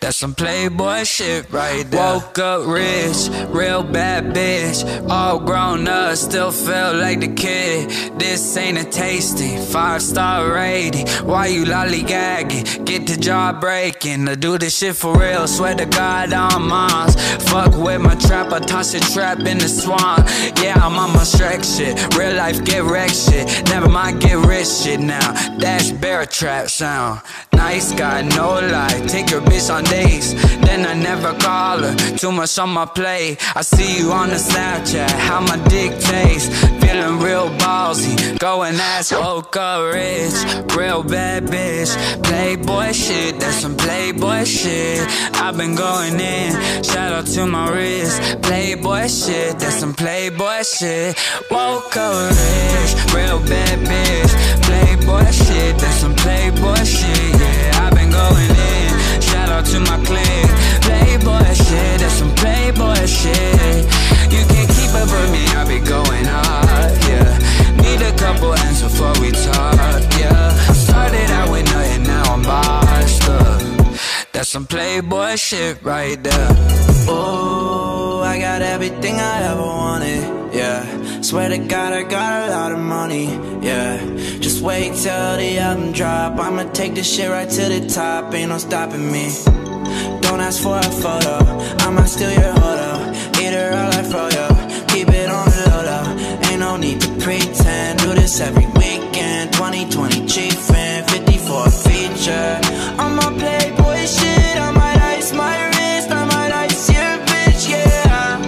S5: That's some playboy shit right there. Woke up rich, real bad bitch. All grown up, still feel like the kid. This ain't a tasting, five star rating. Why you lollygagging? Get the jaw breaking. I do this shit for real, swear to God on mine. Fuck with my trap, I toss a trap in the swamp. Yeah, I'm on my Shrek shit. Real life get wrecked shit. Never mind get rich shit now. That's bear trap sound. Nice guy, no lie. Take your bitch on dates. Then I never call her. Too much on my plate. I see you on the Snapchat. How my dick tastes. Feeling real ballsy. Going ass woke up rich. Real bad bitch. Playboy shit. That's some playboy shit. I've been going in. Shout out to my wrist. Playboy shit. That's some playboy shit. Woke up rich. Real bad bitch. Playboy shit. That's some playboy shit. Yeah, I've been going in. Shout out to my clique. Playboy shit. That's some playboy shit. You can keep up with me. I'll be going hard. Yeah. Need a couple ends before we talk. Yeah. Started out with nothing. Now I'm bossed up. That's some playboy shit right there. Ooh, I got everything I ever wanted. Yeah, swear to God, I got a lot of money. Yeah, just
S7: Just wait till the album drop. I'ma take this shit right to the top. Ain't no stopping me. Don't ask for a photo. I might steal your photo. Eat her all like Froyo. Keep it on the low low. Ain't no need to pretend. Do this every weekend. 2020 chief and 54 feature. On my Playboy shit, I might ice my wrist. I might ice your bitch, yeah.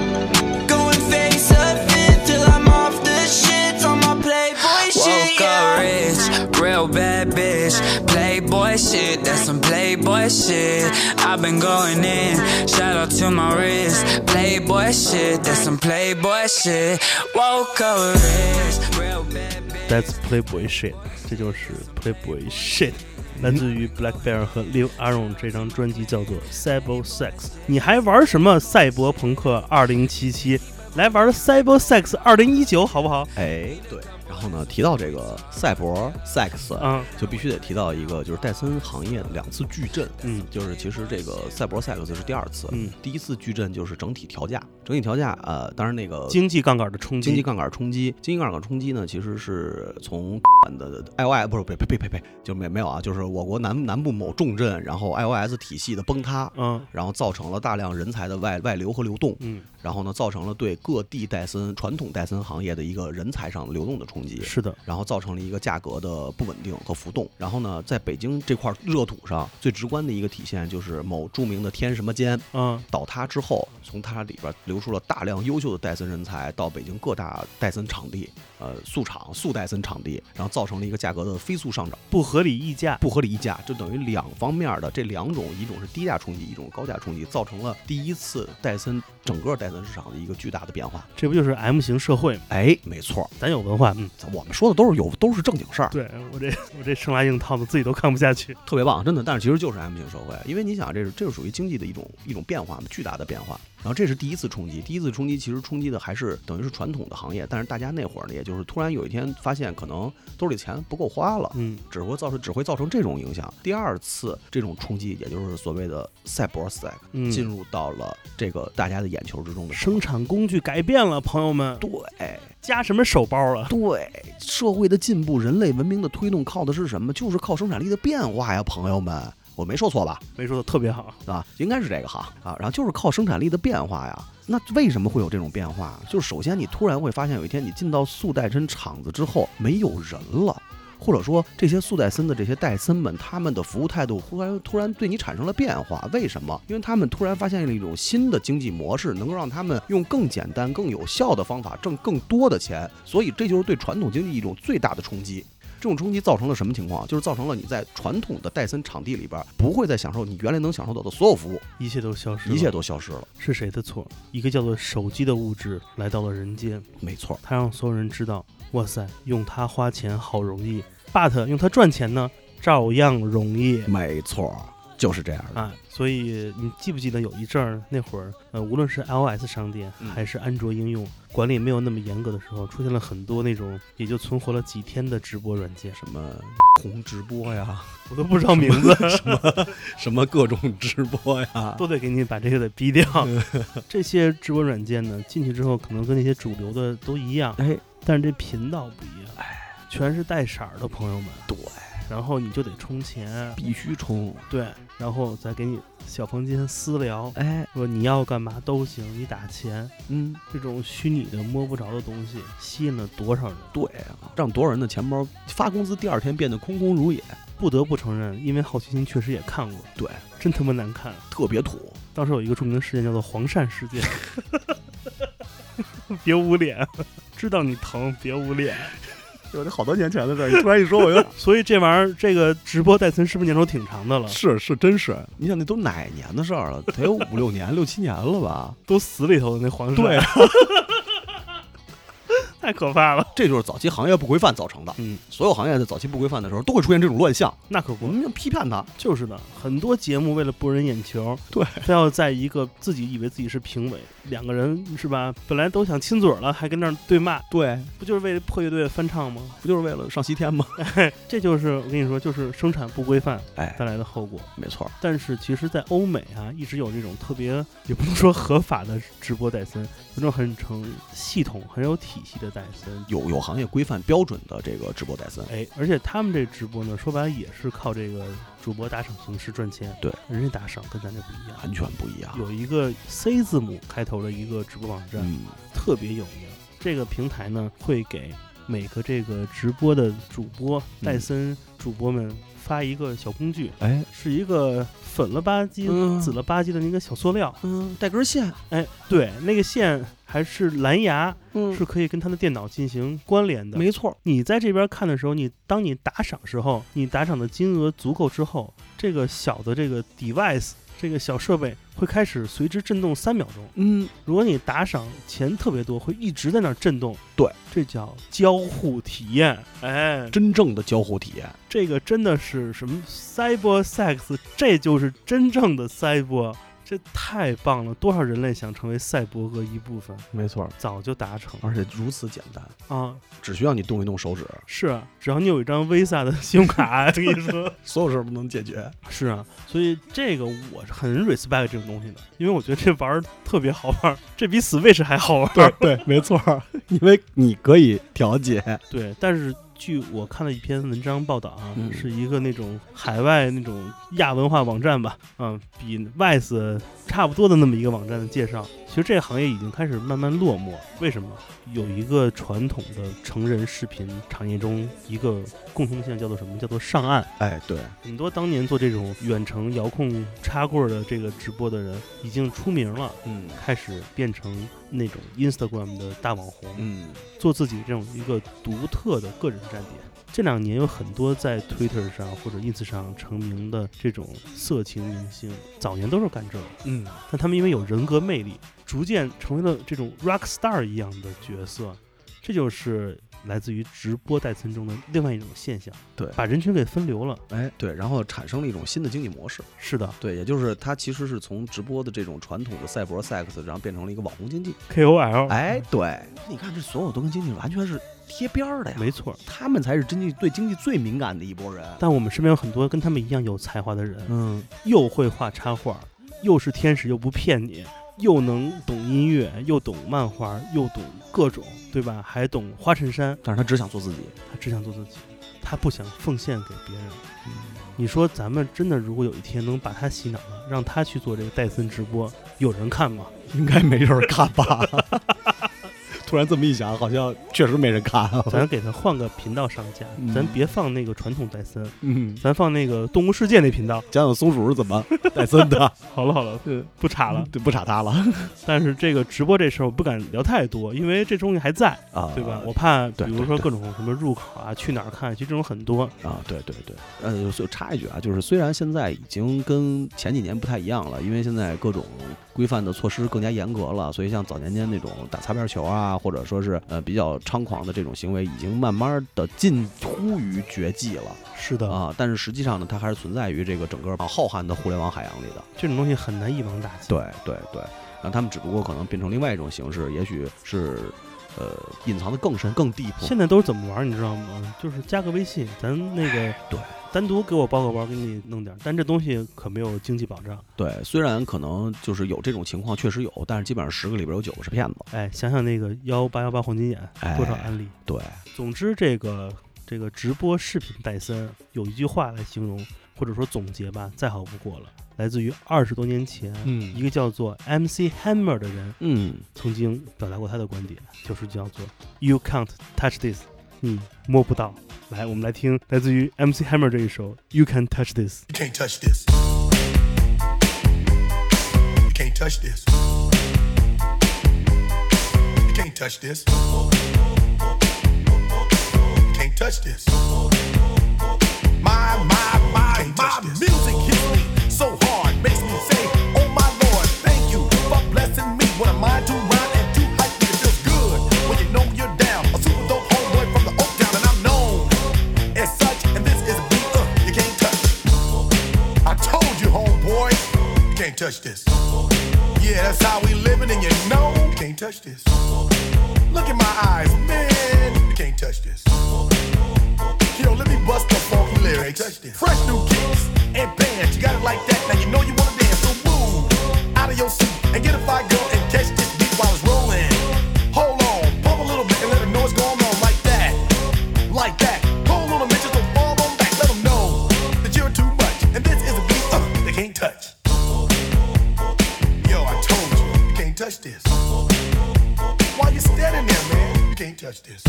S7: Going face up it till I'm off the shit on my Playboy shit.
S8: Woke up
S7: Yeah.
S8: rich, real bad bitch. Playboy shit, that's some Playboy shit. I've been going in, shout out to my wrist. Playboy shit, that's some Playboy shit. Woke up rich, real bad bitch.
S3: That's Playboy shit，这就是 Playboy shit。来自于 Black Bear 和 Lil Aaron 这张专辑叫做《Cyber Sex》，你还玩什么赛博朋克2077？来玩 Cyber Sex 2019好不好？
S2: 哎，对。然后呢，提到这个赛博 sex，
S3: 嗯
S2: 就必须得提到一个，就是戴森行业两次巨震。
S3: 嗯
S2: 就是其实这个赛博 sex 是第二次，
S3: 嗯，
S2: 第一次巨震就是整体调价，整体调价，呃，当然那个
S3: 经济杠杆的冲击，
S2: 经济杠杆冲击，经济杠杆冲击呢，其实是从 的 iOS 不是呸呸呸呸呸，就没没有啊，就是我国南南部某重镇，然后 iOS 体系的崩塌，
S3: 嗯
S2: 然后造成了大量人才的外外流和流动，
S3: 嗯，
S2: 然后呢，造成了对各地戴森传统戴森行业的一个人才上流动的冲击。
S3: 是的，
S2: 然后造成了一个价格的不稳定和浮动。然后呢，在北京这块热土上，最直观的一个体现就是某著名的天什么间
S3: 嗯
S2: 倒塌之后，从它里边流出了大量优秀的戴森人才到北京各大戴森场地，呃，速场、速戴森场地，然后造成了一个价格的飞速上涨，
S3: 不合理溢价，
S2: 不合理溢价，就等于两方面的这两种，一种是低价冲击，一种是高价冲击，造成了第一次戴森整个戴森市场的一个巨大的变化。
S3: 这不就是 M 型社会吗？
S2: 哎，没错，
S3: 咱有文化，嗯，
S2: 我们说的都是有都是正经事儿。
S3: 对我这我这生拉硬套的自己都看不下去，
S2: 特别棒，真的。但是其实就是 M 型社会，因为你想，这是这是属于经济的一种一种变化嘛，巨大的变化。然后这是第一次冲击，第一次冲击其实冲击的还是等于是传统的行业，但是大家那会儿呢，也就是突然有一天发现可能兜里钱不够花了，
S3: 嗯，
S2: 只会造成只会造成这种影响。第二次这种冲击，也就是所谓的赛博 stack，、
S3: 嗯
S2: 进入到了这个大家的眼球之中的时候
S3: 生产工具改变了，朋友们，
S2: 对
S3: 加什么手包了？
S2: 对，社会的进步，人类文明的推动靠的是什么？就是靠生产力的变化呀，朋友们，我没说错吧？
S3: 没说的特别好，
S2: 啊，应该是这个哈啊，然后就是靠生产力的变化呀。那为什么会有这种变化？啊就是首先你突然会发现，有一天你进到速戴森厂子之后没有人了，或者说这些速戴森的这些戴森们，他们的服务态度忽然突然对你产生了变化。为什么？因为他们突然发现了一种新的经济模式，能够让他们用更简单、更有效的方法挣更多的钱，所以这就是对传统经济一种最大的冲击。这种冲击造成了什么情况？就是造成了你在传统的戴森场地里边儿不会再享受你原来能享受到的所有服务，
S3: 一切都消失了，
S2: 一切都消失了。
S3: 是谁的错？一个叫做手机的物质来到了人间，
S2: 没错，
S3: 它让所有人知道，哇塞，用它花钱好容易，but 用它赚钱呢，照样容易
S2: 没错，就是这样的。
S3: 啊。所以你记不记得有一阵儿那会儿，呃，无论是 iOS 商店
S2: 嗯
S3: 还是安卓应用管理没有那么严格的时候，出现了很多那种也就存活了几天的直播软件，
S2: 什么 红直播呀，
S3: 我都不知道名字，
S2: 什么各种直播呀，
S3: 都得给你把这个得逼掉。 这些直播软件呢，进去之后可能跟那些主流的都一样，
S2: 哎，
S3: 但是这频道不一样，全是带色儿的朋友们。
S2: 对，
S3: 然后你就得充钱，
S2: 必须充，
S3: 对，然后再给你小房间私聊，
S2: 哎，
S3: 说你要干嘛都行，你打钱，
S2: 嗯，
S3: 这种虚拟的摸不着的东西吸引了多少人？
S2: 对啊，让多少人的钱包发工资第二天变得空空如也，
S3: 不得不承认，因为好奇心确实也看过，
S2: 对，
S3: 真他妈难看。
S2: 特别土。
S3: 当时有一个著名的事件叫做黄鳝事件， 别捂脸，知道你疼，别捂脸。
S2: 我这哎好多年前的事儿，你突然一说，我又？
S3: 所以这玩意儿，这个直播带存是不是年头挺长的了
S2: 是是真是，你想那都哪年的事儿了？得有五六年、六七年了吧？
S3: 都死里头的那黄鳝，
S2: 对，
S3: 太可怕了。
S2: 这就是早期行业不规范造成的。
S3: 嗯，
S2: 所有行业在早期不规范的时候，都会出现这种乱象，
S3: 那可不
S2: 我，们要批判它。
S3: 就是的，很多节目为了博人眼球，
S2: 对，
S3: 非要在一个自己以为自己是评委，两个人是吧？本来都想亲嘴了，还跟那儿对骂，
S2: 对，
S3: 不就是为了破乐队翻唱吗？
S2: 不就是为了上西天吗？
S3: 这就是我跟你说，就是生产不规范
S2: 哎，
S3: 带来的后果。
S2: 没错，
S3: 但是其实，在欧美啊，一直有这种特别，也不能说合法的直播戴森，有这种很成系统、很有体系的戴森。
S2: 有有行业规范标准的这个直播戴森，
S3: 哎，而且他们这直播呢，说白了也是靠这个主播打赏形式赚钱。
S2: 对，啊
S3: 人家打赏跟咱这不一样，
S2: 完全不一样。
S3: 有啊一个 C 字母开头的一个直播网站，
S2: 嗯，
S3: 特别有名。这个平台呢，会给每个这个直播的主播、
S2: 嗯
S3: 戴森主播们发一个小工具，
S2: 哎，
S3: 是一个粉了吧唧、
S2: 嗯
S3: 紫了吧唧的那个小塑料。
S2: 嗯，带根线，
S3: 哎，对，那个线还是蓝牙，
S2: 嗯
S3: 是可以跟他的电脑进行关联的。
S2: 没错，
S3: 你在这边看的时候，你当你打赏时候，你打赏的金额足够之后，这个小的这个 device 这个小设备会开始随之震动三秒钟。
S2: 嗯，
S3: 如果你打赏钱特别多，会一直在那儿震动。
S2: 对，
S3: 这叫交互体验。哎，这
S2: 真正的交互体验。
S3: 这个真的是什么 cyber sex，这就是真正的赛博，这太棒了！多少人类想成为赛博格一部分，
S2: 没错，
S3: 早就达成了
S2: 而且如此简单，
S3: 啊！
S2: 只需要你动一动手指，
S3: 是啊，只要你有一张 Visa 的信用 卡，我跟你说，
S2: 所有事儿都能解决。
S3: 是啊，所以这个我是很 respect 这种东西的，因为我觉得这玩儿特别好玩儿，这比 Switch 还好玩儿。
S2: 对，没错，因为你可以调节。
S3: 对，但是据我看了一篇文章报道啊，
S2: 嗯
S3: 是一个那种海外那种亚文化网站吧，嗯，比 Vice 差不多的那么一个网站的介绍。其实这个行业已经开始慢慢落寞，为什么？有一个传统的成人视频产业中一个共同性叫做什么？叫做上岸。
S2: 哎，对，
S3: 很多当年做这种远程遥控插棍儿的这个直播的人已经出名了，
S2: 嗯
S3: 开始变成那种 Instagram 的大网红。
S2: 嗯，
S3: 做自己这种一个独特的个人站点。这两年有很多在 Twitter 上或者 Ins 上成名的这种色情明星，早年都是干这个，嗯，但他们因为有人格魅力，逐渐成为了这种 rock star 一样的角色。这就是来自于直播带森中的另外一种现象，
S2: 对
S3: 把人群给分流了。
S2: 哎，对，然后产生了一种新的经济模式。
S3: 是的
S2: 对，也就是它其实是从直播的这种传统的赛博 sex，然后变成了一个网红经济。
S3: ，KOL，，
S2: 哎，对，你看这所有都跟经济完全是贴边儿的呀。
S3: 没错。
S2: 他们才是经济对经济最敏感的一波人。
S3: 但我们身边有很多跟他们一样有才华的人，
S2: 嗯，
S3: 又会画插画，又是天使又不骗你，又能懂音乐，又懂漫画，又懂各种，对吧？还懂花衬衫，
S2: 但是他只想做自己。
S3: 他只想做自己，他不想奉献给别人。你说咱们真的如果有一天能把他洗脑了，让他去做这个戴森直播，有人看吗？
S2: 应该没人看吧？ 突然这么一想，好像确实没人看、啊
S3: 咱给他换个频道上架，
S2: 嗯
S3: 咱别放那个传统戴森，
S2: 嗯，
S3: 咱放那个动物世界那频道。
S2: 讲讲松鼠是怎么戴森的，
S3: 好了好嗯了，不查了。
S2: 对，不查他了
S3: 但是这个直播这事儿我不敢聊太多，因为这东西还在。
S2: 啊，
S3: 对吧？我怕，比
S2: 对
S3: 如
S2: 对
S3: 说
S2: 对
S3: 各种什么入口啊，去哪儿看，其实这种很多。
S2: 啊，对对对，呃，所以插一句啊，就是虽然现在已经跟前几年不太一样了，因为现在各种规范的措施更加严格了，所以像早年间那种打擦边球啊，或者说是呃比较猖狂的这种行为，已经慢慢的近乎于绝迹了
S3: 是的，
S2: 啊。但是实际上呢，它还是存在于这个整个浩瀚的互联网海洋里的。
S3: 这种东西很难一网打尽。
S2: 对对对，然后他们只不过可能变成另外一种形式，也许是呃隐藏的更深更 deep。
S3: 现在都是怎么玩儿，你知道吗？就是加个微信，咱那个
S2: 对
S3: 单独给我包个包，给你弄点儿。但这东西可没有经济保障。
S2: 对，虽然可能就是有这种情况，确实有，但是基本上十个里边有九个是骗子。
S3: 哎，想想那个幺八幺八黄金眼
S2: 哎
S3: 多少案例。
S2: 对，
S3: 总之，这个这个直播视频戴森有一句话来形容，或者说总结吧，再好不过了，来自于二十多年前。
S2: 嗯
S3: 一个叫做 MC Hammer 的人，
S2: 嗯，
S3: 曾经表达过他的观点，就是叫做嗯 “You can't touch this”，你摸不到。来，我们来听来自于 MC Hammer 这一首《You Can Touch This》。
S9: You can't touch this. You can't touch this. You can't touch this. You can't touch this. My, my, my, my music hits me so hard. Makes me say, oh my lord, thank you for blessing me. When I'm mind to run and too hype, it feels good. When you know you're down, a super dope homeboy from the Oak Town, and I'm known as such. And this is a beat uh, you can't touch. I told you, homeboy, you can't touch this. Yeah, that's how we living, and you know you can't touch this. Look in my eyes, man, you can't touch this. Yo, let me bust the funky lyrics. Fresh new kicks and bands, you got it like that. Now you know you wanna dance, so move out of your seat and get a fire girl and catch this beat while it's rolling. Hold on, pump a little bit and let the noise uh, can't touch this.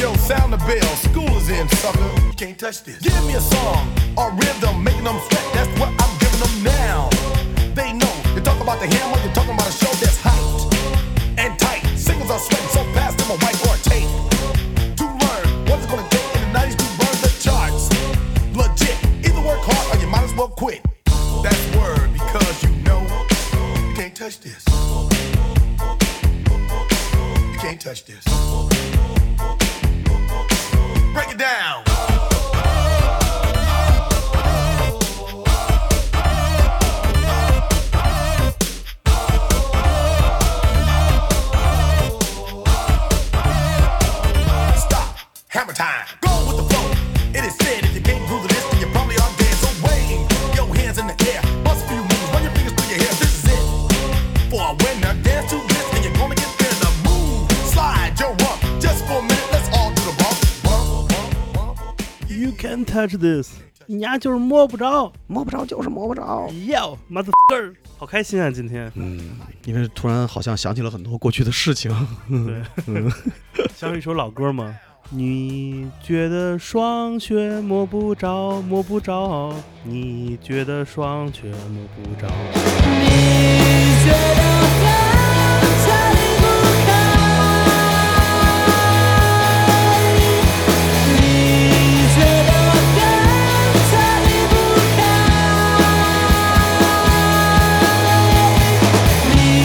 S9: Yo, sound the bell, school is in, sucker. You can't touch this. Give me a song, a rhythm, making them sweat. That's what I'm giving them now. They know. You talk about the hammer, you're talking about a show that's hyped and tight. Singles are sweating so fast, I'm a whiteboard tape. To learn what it's gonna take in the 90s to burn the charts. Legit, either work hard or you might as well quit. That's word because you know you can't touch this. You can't touch this. Break it down. Stop. Hammer time. Go with the flow. It is said if you can't groove to this, then you probably are dead. So wave your hands in the air. Bust a few moves. Run your fingers through your hair. This is it. For a winner, dance to this, and you're gonna get thinner. Move. Slide your rump. Just for a minute, let's all do the bump. Bump, bump, bump.
S3: You can touch this，你丫就是摸不着。
S2: 摸不着就是摸不着。嗯
S3: Yo mother，好开心啊！今天
S2: 因为突然好像想起了很多过去的事情。
S3: 对，想起一首老歌嘛，你觉得霜雪摸不着，摸不着，你觉得霜雪摸不着。
S6: 觉得风车离不开，你觉得风车离不开，你觉得风车离不开，离不开，你觉得风车离不 开。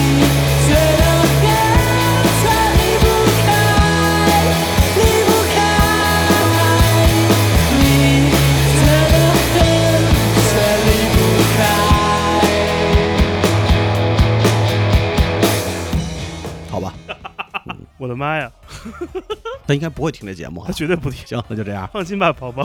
S2: 好吧，
S3: 我的妈呀，
S2: 他应该不会听这节目啊
S3: 他。绝对不听。
S2: 行，那就这样。
S3: 放心吧，宝 宝。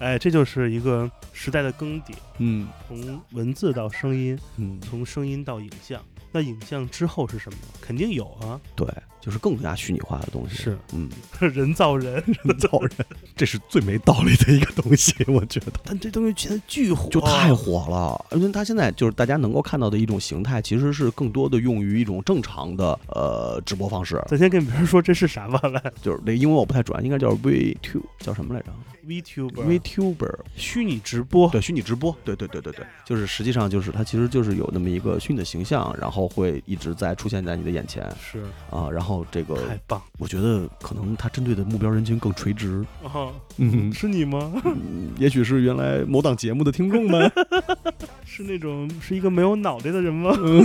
S3: 哎，这就是一个时代的更迭，
S2: 嗯
S3: 从文字到声音，
S2: 嗯，
S3: 从声音到影像。那影像之后是什么？肯定有啊，
S2: 对，就是更加虚拟化的东西。
S3: 是，
S2: 嗯，
S3: 人造人。
S2: 人 造人，这是最没道理的一个东西，我觉得。
S3: 但这东西现在巨火，
S2: 就太火了，因为它现在就是大家能够看到的一种形态，其实是更多的用于一种正常的呃直播方式，
S3: 咱先跟别人说这是啥吧，来
S2: 就是那英文我不太转，应该叫 VTube，叫什么来着
S3: ，VTuber
S2: ？VTuber，
S3: 虚拟直播，
S2: 啊对，虚拟直播，对对对对对，就是实际上就是它其实就是有那么一个虚拟的形象，然后会一直在出现在你的眼前
S3: 是
S2: 啊，然后这个
S3: 太棒
S2: 我觉得可能它针对的目标人群更垂直，
S3: 哦，
S2: 嗯，
S3: 是你吗？
S2: 也许是原来某档节目的听众们，
S3: 是那种是一个没有脑袋的人吗？
S2: 嗯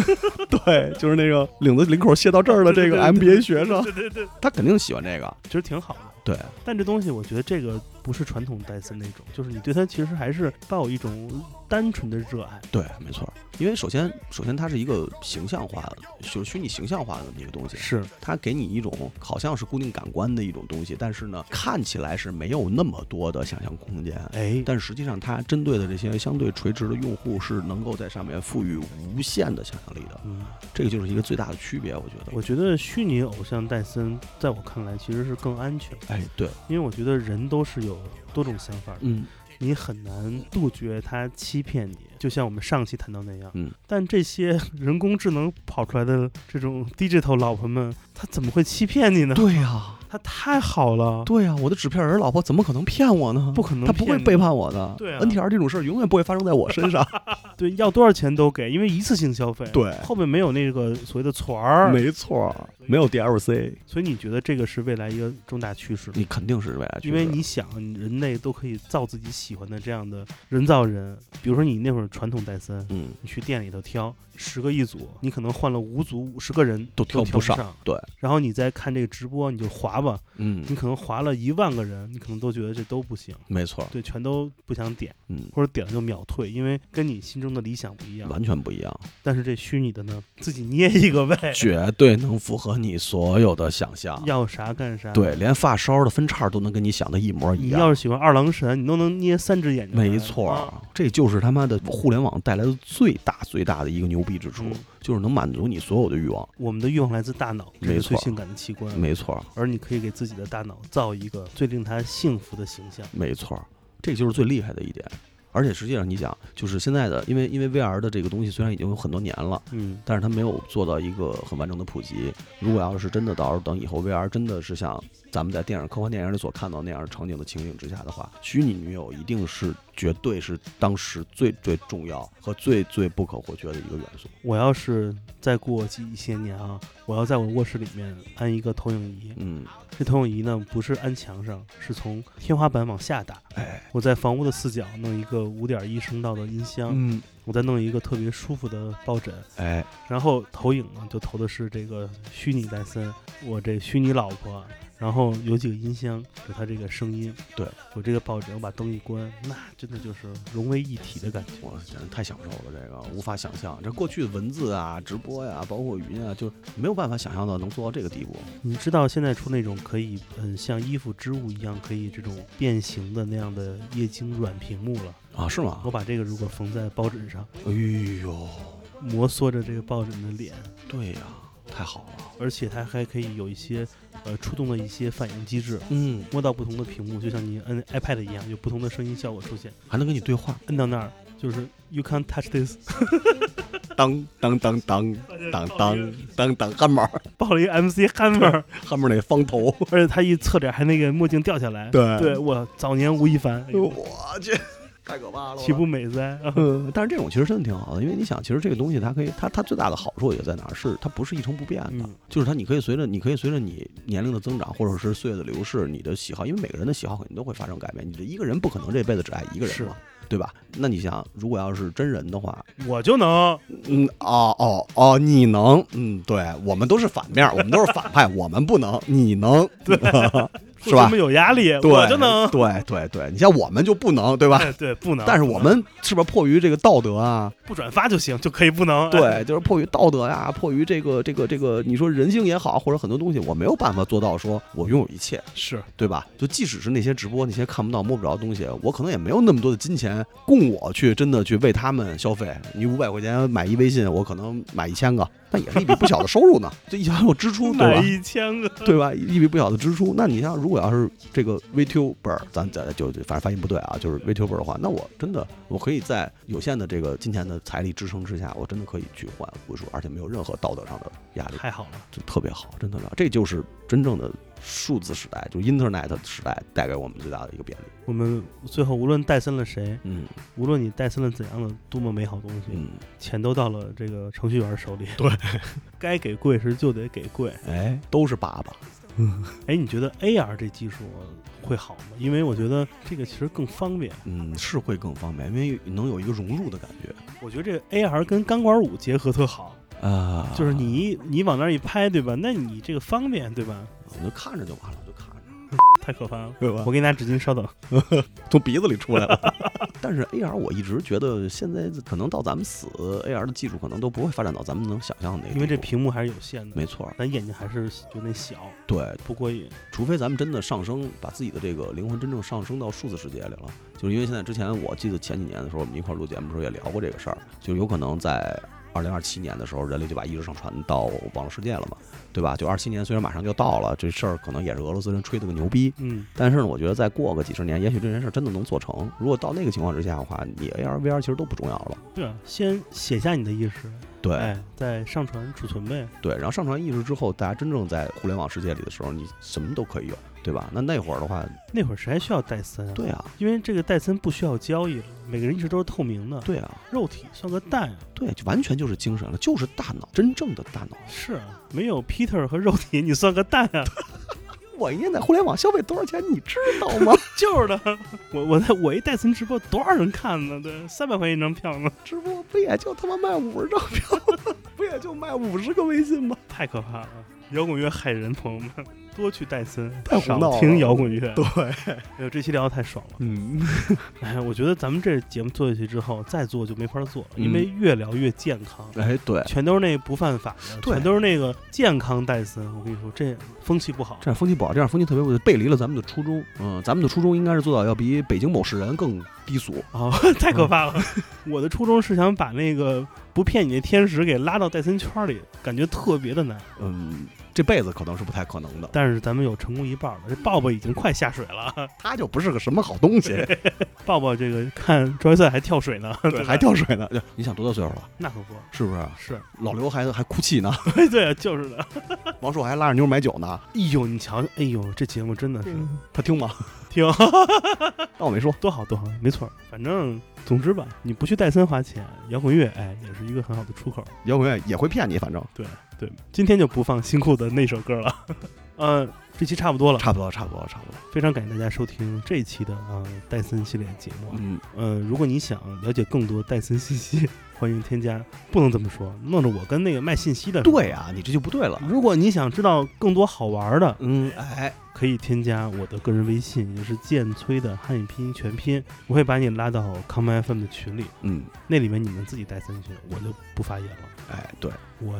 S2: 对，就是那个领子领口卸到这儿的这个
S3: 对对对
S2: MBA 学 生，
S3: 对对对，
S2: 他肯定喜欢这个，
S3: 其实挺好的。
S2: 对。
S3: 但这东西，我觉得这个不是传统戴森那种，就是你对它其实还是抱有一种单纯的热爱。
S2: 对，没错儿，因为首先，首先它是一个形象化，就是虚拟形象化的这么一个东西，
S3: 是，
S2: 它给你一种好像是固定感官的一种东西，但是呢，看起来是没有那么多的想象空间。
S3: 哎，
S2: 但实际上，它针对的这些相对垂直的用户是能够在上面赋予无限的想象力的，
S3: 嗯，
S2: 这个就是一个最大的区别，我觉得。
S3: 我觉得虚拟偶像戴森，在我看来其实是更安全，
S2: 哎，对，
S3: 因为我觉得人都是有多种想法的。
S2: 嗯，
S3: 你很难杜绝它欺骗你，就像我们上期谈到那样。
S2: 嗯，
S3: 但这些 人工智能跑出来的这种 digital 老婆们，她怎么会欺骗你呢？
S2: 对呀、
S3: 她太好了。
S2: 对呀、我的纸片人老婆怎么可能骗我 呢？
S3: 不可能
S2: 她不会
S3: 骗你
S2: 背叛我的。
S3: 对啊
S2: n t r 这种事儿永远不会发生在我身上。
S3: 对，要多少钱都给，因为一次性消费。
S2: 对
S3: 后面没有那个所谓的团儿。
S2: 没错儿，没有 DLC。
S3: 所以你觉得这个是未来一个重大趋势？
S2: 你肯定是未来趋
S3: 因
S2: 势，
S3: 为你想，人类都可以造自己喜欢的这样的人造人，比如说你那会儿传统戴森，
S2: 嗯
S3: 你去店里头挑十个一组，你可能换了五组五十个人
S2: 都
S3: 挑
S2: 挑
S3: 不
S2: 不上，对，
S3: 然后你再看这个直播，你就划吧，
S2: 嗯
S3: 你，可能划了一万个人，你可能都觉得这都不行，
S2: 没错儿，
S3: 对，全都不想点，
S2: 嗯，
S3: 或者点了就秒退，因为跟你心中的理想不一样。
S2: 完全不一样，
S3: 但是这虚拟的呢，自己捏一个呗，
S2: 绝对能符合你所有的想象。
S3: 要啥干啥。，
S2: 对，连发梢的分叉都能跟你想的一模一
S3: 你要
S2: 样，
S3: 是喜欢二郎神，你都能捏三只眼睛出来。
S2: 没错儿
S3: 啊，
S2: 这就是他妈的互联网带来的最大最大的一个牛逼之处
S3: 嗯，
S2: 就是能满足你所有的欲望。
S3: 我们的欲望来自大脑，这
S2: 没
S3: 是
S2: 错
S3: 最性感的器官。
S2: 没错儿，
S3: 而你可以给自己的大脑造一个最令他幸福的形象。
S2: 没错儿，这就是最厉害的一点。而且实际上你想，就是现在的，因为因为 VR 的这个东西虽然已经有很多年了，
S3: 嗯，
S2: 但是它没有做到一个很完整的普及。如果要是真的到时候等以后 VR 真的是像咱们在电影科幻电影里所看到那样的场景的情景之下的话，虚拟女友一定是绝对是当时最最重要和最最不可或缺的一个元素。
S3: 我要是再过几些年啊，我要在我卧室里面安一个投影仪。
S2: 嗯，
S3: 这投影仪呢，不是安墙上，是从天花板往下打。
S2: 哎，
S3: 我在房屋的四角弄一个五点一声道的音箱，
S2: 嗯，
S3: 我再弄一个特别舒服的抱枕，
S2: 哎，
S3: 然后投影呢，就投的是这个虚拟戴森，我这虚拟老婆，然后有几个音箱，有它这个声音，
S2: 对，
S3: 有这个抱枕，我把灯一关，那真的就是融为一体的感觉。
S2: 我简直太享受了，这个无法想象。这过去文字啊、直播呀、包括语音啊，就没有办法想象到能做到这个地步。
S3: 你知道现在出那种可以，嗯，像衣服织物一样可以这种变形的那样的液晶软屏幕了。
S2: 啊，是吗
S3: 我？把这个如果缝在抱枕上，
S2: 哎呦，
S3: 摩挲着这个抱枕的脸，
S2: 对呀、太好了。
S3: 而且它还可以有一些，呃，触动的一些反应机制。
S2: 嗯，
S3: 摸到不同的屏幕，就像你摁 iPad 一样，有不同的声音效果出现。
S2: 还能跟你对话。
S3: 摁到那儿就是 You can't touch this，
S2: 当当当当当当当当，汗毛
S3: 抱了一个 MC Hammer，
S2: 汗毛那方头，
S3: 而且他一侧脸还那个墨镜掉下来。
S2: 对
S3: 对我早年吴亦凡，哎呦
S2: 我去，太可怕了
S3: 岂不美哉？ 啊
S2: 嗯，但是这种其实真的挺好的，因为你想，其实这个东西它可以，它它最大的好处也在哪儿？是它不是一成不变的，
S3: 嗯
S2: 就是它你可以随着你可以随着你年龄的增长，或者是岁月的流逝，你的喜好，因为每个人的喜好肯定都会发生改变，你这一个人不可能这辈子只爱一个人嘛，对吧？那你想，如果要是真人的话，
S3: 我就能，
S2: 嗯，哦哦哦，你能，嗯，对我们都是反面，我们都是反派，我们不能，你能， 对，是
S3: 我
S2: 吧
S3: 这么？有压力，
S2: 对，
S3: 我就能。
S2: 对对对，你像我们就不能， 对吧？
S3: 哎对，不能。
S2: 但是啊我们是不是迫于这个道德啊？
S3: 不转发就行，就可以不能。哎
S2: 对，就是迫于道德呀，迫于这个这个这个，你说人性也好，或者很多东西，我没有办法做到说我拥有一切，
S3: 是
S2: 对吧？就即使是那些直播那些看不到摸不着的东西，我可能也没有那么多的金钱供我去真的去为他们消费。你五百块钱买一微信，我可能买一千个，那也是一笔不小的收入呢。 这一小有支出，对
S3: 买
S2: 吧？
S3: 一千个，
S2: 对吧？一笔不小的支出。那你像如果要是这个 VTuber，咱咱就就反正发音不对啊，就是 VTuber 的话，那我真的我可以在有限的这个金钱的财力支撑之下，我真的可以去换归属，而且没有任何道德上的压力，
S3: 太好了，
S2: 就特别好，真的是这就是真正的数字时代，就是 Internet 时代带给我们最大的一个便利。
S3: 我们最后无论戴森了谁，
S2: 嗯
S3: 无论你戴森了怎样的多么美好东西，
S2: 嗯，
S3: 钱都到了这个程序员手里。
S2: 对，
S3: 该给贵时就得给贵。
S2: 哎，都是爸爸。
S3: 哎，你觉得 AR 这技术会好吗？因为我觉得这个其实更方便。
S2: 嗯，是会更方便，因为能有一个融入的感觉
S3: 我觉得这个 AR 跟钢管舞结合特好，
S2: 啊
S3: 就是你一你往那儿一拍，对吧？那你这个方便，对吧？
S2: 我就看着就完了，我就看着。
S3: 太可怕了。
S2: 对吧
S3: 我给你拿纸巾，稍等。
S2: 从鼻子里出来 了。 但是 AR 我一直觉得现在可能到咱们死，AR 的技术可能都不会发展到咱们能想象的那个地步。
S3: 因为这屏幕还是有限的，
S2: 没错儿，
S3: 咱眼睛还是有那小，
S2: 对，
S3: 不过瘾。
S2: 除非咱们真的上升，把自己的这个灵魂真正上升到数字世界里了。就是因为现在之前，我记得前几年的时候，我们一块儿录节目的时候也聊过这个事儿，就有可能在。二零二七年的时候，人类就把意识上传到网络世界了嘛，对吧？就二七年虽然马上就到了，这事儿可能也是俄罗斯人吹的个牛逼，
S3: 嗯，
S2: 但是呢，我觉得再过个几十年，也许这件事真的能做成。如果到那个情况之下的话，你 AR、VR 其实都不重要了。
S3: 是啊，先写下你的意识，
S2: 对、
S3: 哎，再上传储存呗。
S2: 对，然后上传意识之后，大家真正在互联网世界里的时候，你什么都可以有，对吧？那那会儿的话，
S3: 那会儿谁还需要戴森啊？，
S2: 对啊，
S3: 因为这个戴森不需要交易了，每个人意识都是透明的，
S2: 对啊，
S3: 肉体算个蛋啊。
S2: 对，就完全就是精神了，就是大脑，真正的大脑。
S3: 是啊， 没有 Peter 和肉体，你算个蛋啊！
S2: 我一年在互联网消费多少钱，你知道 吗？
S3: 就是的， 我我在我一戴森直播多少人看呢？对，三百块钱一张票呢，
S2: 直播不也就他妈卖五十张票，不也就卖五十个微信吗？
S3: 太可怕了！摇滚乐害人，朋友们，多去戴森，
S2: 太胡闹了
S3: 少听摇滚乐。
S2: 对，
S3: 哎呦，这期聊的太爽了。
S2: 嗯，
S3: 哎，我觉得咱们这节目做下去之后，再做就没法做了，
S2: 嗯
S3: 因为越聊越健康。
S2: 哎，对，
S3: 全都是那不犯法的，
S2: 对
S3: 全都是那个健康戴森。我跟你说，这风气不好。
S2: 这样风气不好，这样风气特别不好，背离了咱们的初衷。嗯，咱们的初衷应该是做到要比北京某市人更低俗。
S3: 哦， 太
S2: 嗯
S3: 可怕了！我的初衷是想把那个不骗你的天使给拉到戴森圈里，感觉特别的难。
S2: 嗯，这辈子可能是不太可能的。
S3: 但是咱们有成功一半了，这抱抱已经快下水了。
S2: 他就不是个什么好 东西，
S3: 抱抱这个看专业赛还跳水呢，对吧
S2: 还跳水呢。就你想多大岁数了？
S3: 那可不
S2: 是不是？
S3: 是，
S2: 老刘还还哭泣呢，
S3: 对对，就是的。
S2: 王硕还拉着妞买酒呢。
S3: 哎呦，你瞧瞧，哎呦，这节目真的是
S2: 他听吗？
S3: 听
S2: 当我没说。
S3: 多好多好，没错儿。反正总之吧，你不去戴森花钱，摇滚乐哎也是一个很好的出口。
S2: 摇滚乐也会骗你，反正
S3: 对，今天就不放新裤的那首歌了。 呃，这期差不多了，
S2: 差不多，差不多，差不多。
S3: 非常感谢大家收听这一期的啊、呃戴森系列节目啊。
S2: 嗯，
S3: 呃，如果你想了解更多戴森信息，欢迎添加。不能这么说，弄得我跟那个卖信息的。
S2: 对。啊，你这就不对了。
S3: 如果你想知道更多好玩的，
S2: 嗯，哎，
S3: 可以添加我的个人微信，也是剑崔的汉语拼音全拼，我会把你拉到康麦 FM 的群里，
S2: 嗯，
S3: 那里面你们自己带三去，我就不发言了，
S2: 哎，对，
S3: 我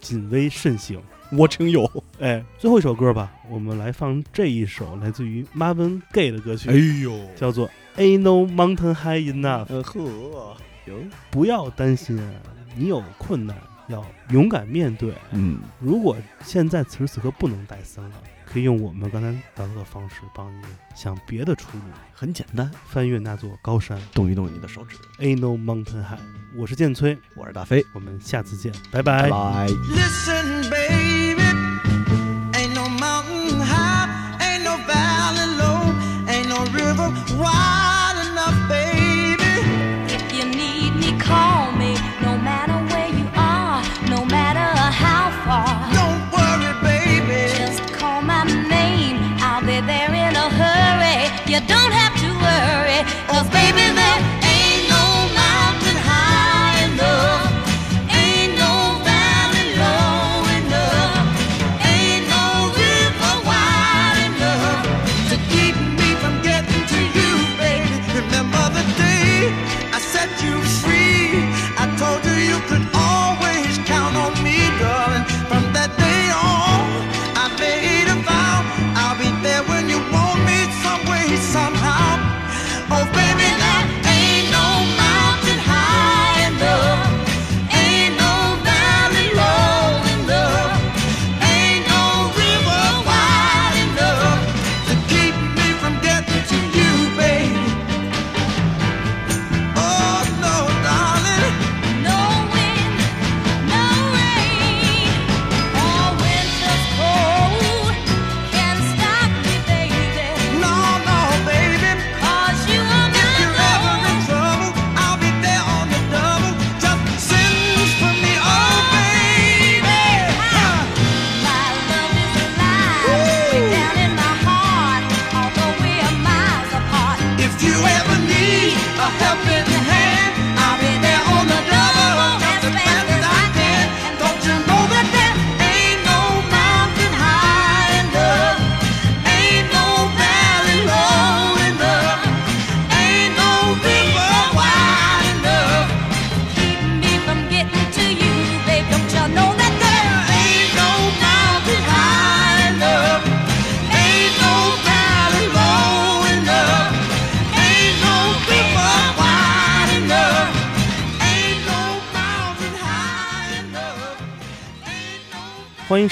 S3: 谨微慎行。
S2: 我情有。
S3: 哎，最后一首歌吧，我们来放这一首来自于 Marvin Gaye 的歌曲，
S2: 呦，
S3: 叫做《Ain't No Mountain High Enough》。
S2: 呃呵，
S3: 不要担心，你有困难要勇敢面对。
S2: 嗯，
S3: 如果现在此时此刻不能戴森了，可以用我们刚才聊到的方式帮你想别的出路，
S2: 很简单，
S3: 翻越那座高山。
S2: 动一动你的手指。
S3: A No Mountain High，我是建崔，
S2: 我是大飞，
S3: 我们下次见，拜
S2: 拜
S3: 拜。
S2: 拜。
S7: Listen, baby. Ain't no mountain high, ain't no valley low, ain't no river wide enough, baby.
S4: If you need me, call me. No matter where you are, no matter how far.
S7: Don't worry, baby.
S4: Just call my name. I'll be there in a hurry. You don't have to worry. Cause baby, there ain't no mountain high enough. Ain't no valley low enough. Ain't no river wide enough.
S7: To keep me from getting to you, baby. Remember the day I set you free. I told you you could always count on me, darling. From that day on, I made a vow. I'll be there when you want me, some way, somehow. Oh, baby, that ain't no mountain high enough. Ain't no valley low enough. Ain't no river wide enough to keep me from getting to you, baby. Oh no, darling.
S4: No wind, no rain, or winter's cold can stop me, baby.
S7: No, no, baby.
S4: Cause you are
S7: If you're ever
S4: my
S7: in
S4: gold.
S7: trouble, I'll be there on the double. Just send for me, oh baby.
S4: My love is alive, way down in my heart. Although we are miles apart,
S7: If you ever need a helping hand, I'll be there on the double. Just as fast as I can. Don't you know that there ain't no mountain high enough? Ain't no valley low enough. Ain't no river wide enough.
S4: keep me from getting to you, babe. Don't you know that there
S7: Ain't no mountain high enough. Ain't no valley low enough. Ain't no river wide enough. Ain't no mountain high enough. Ain't no
S3: 欢迎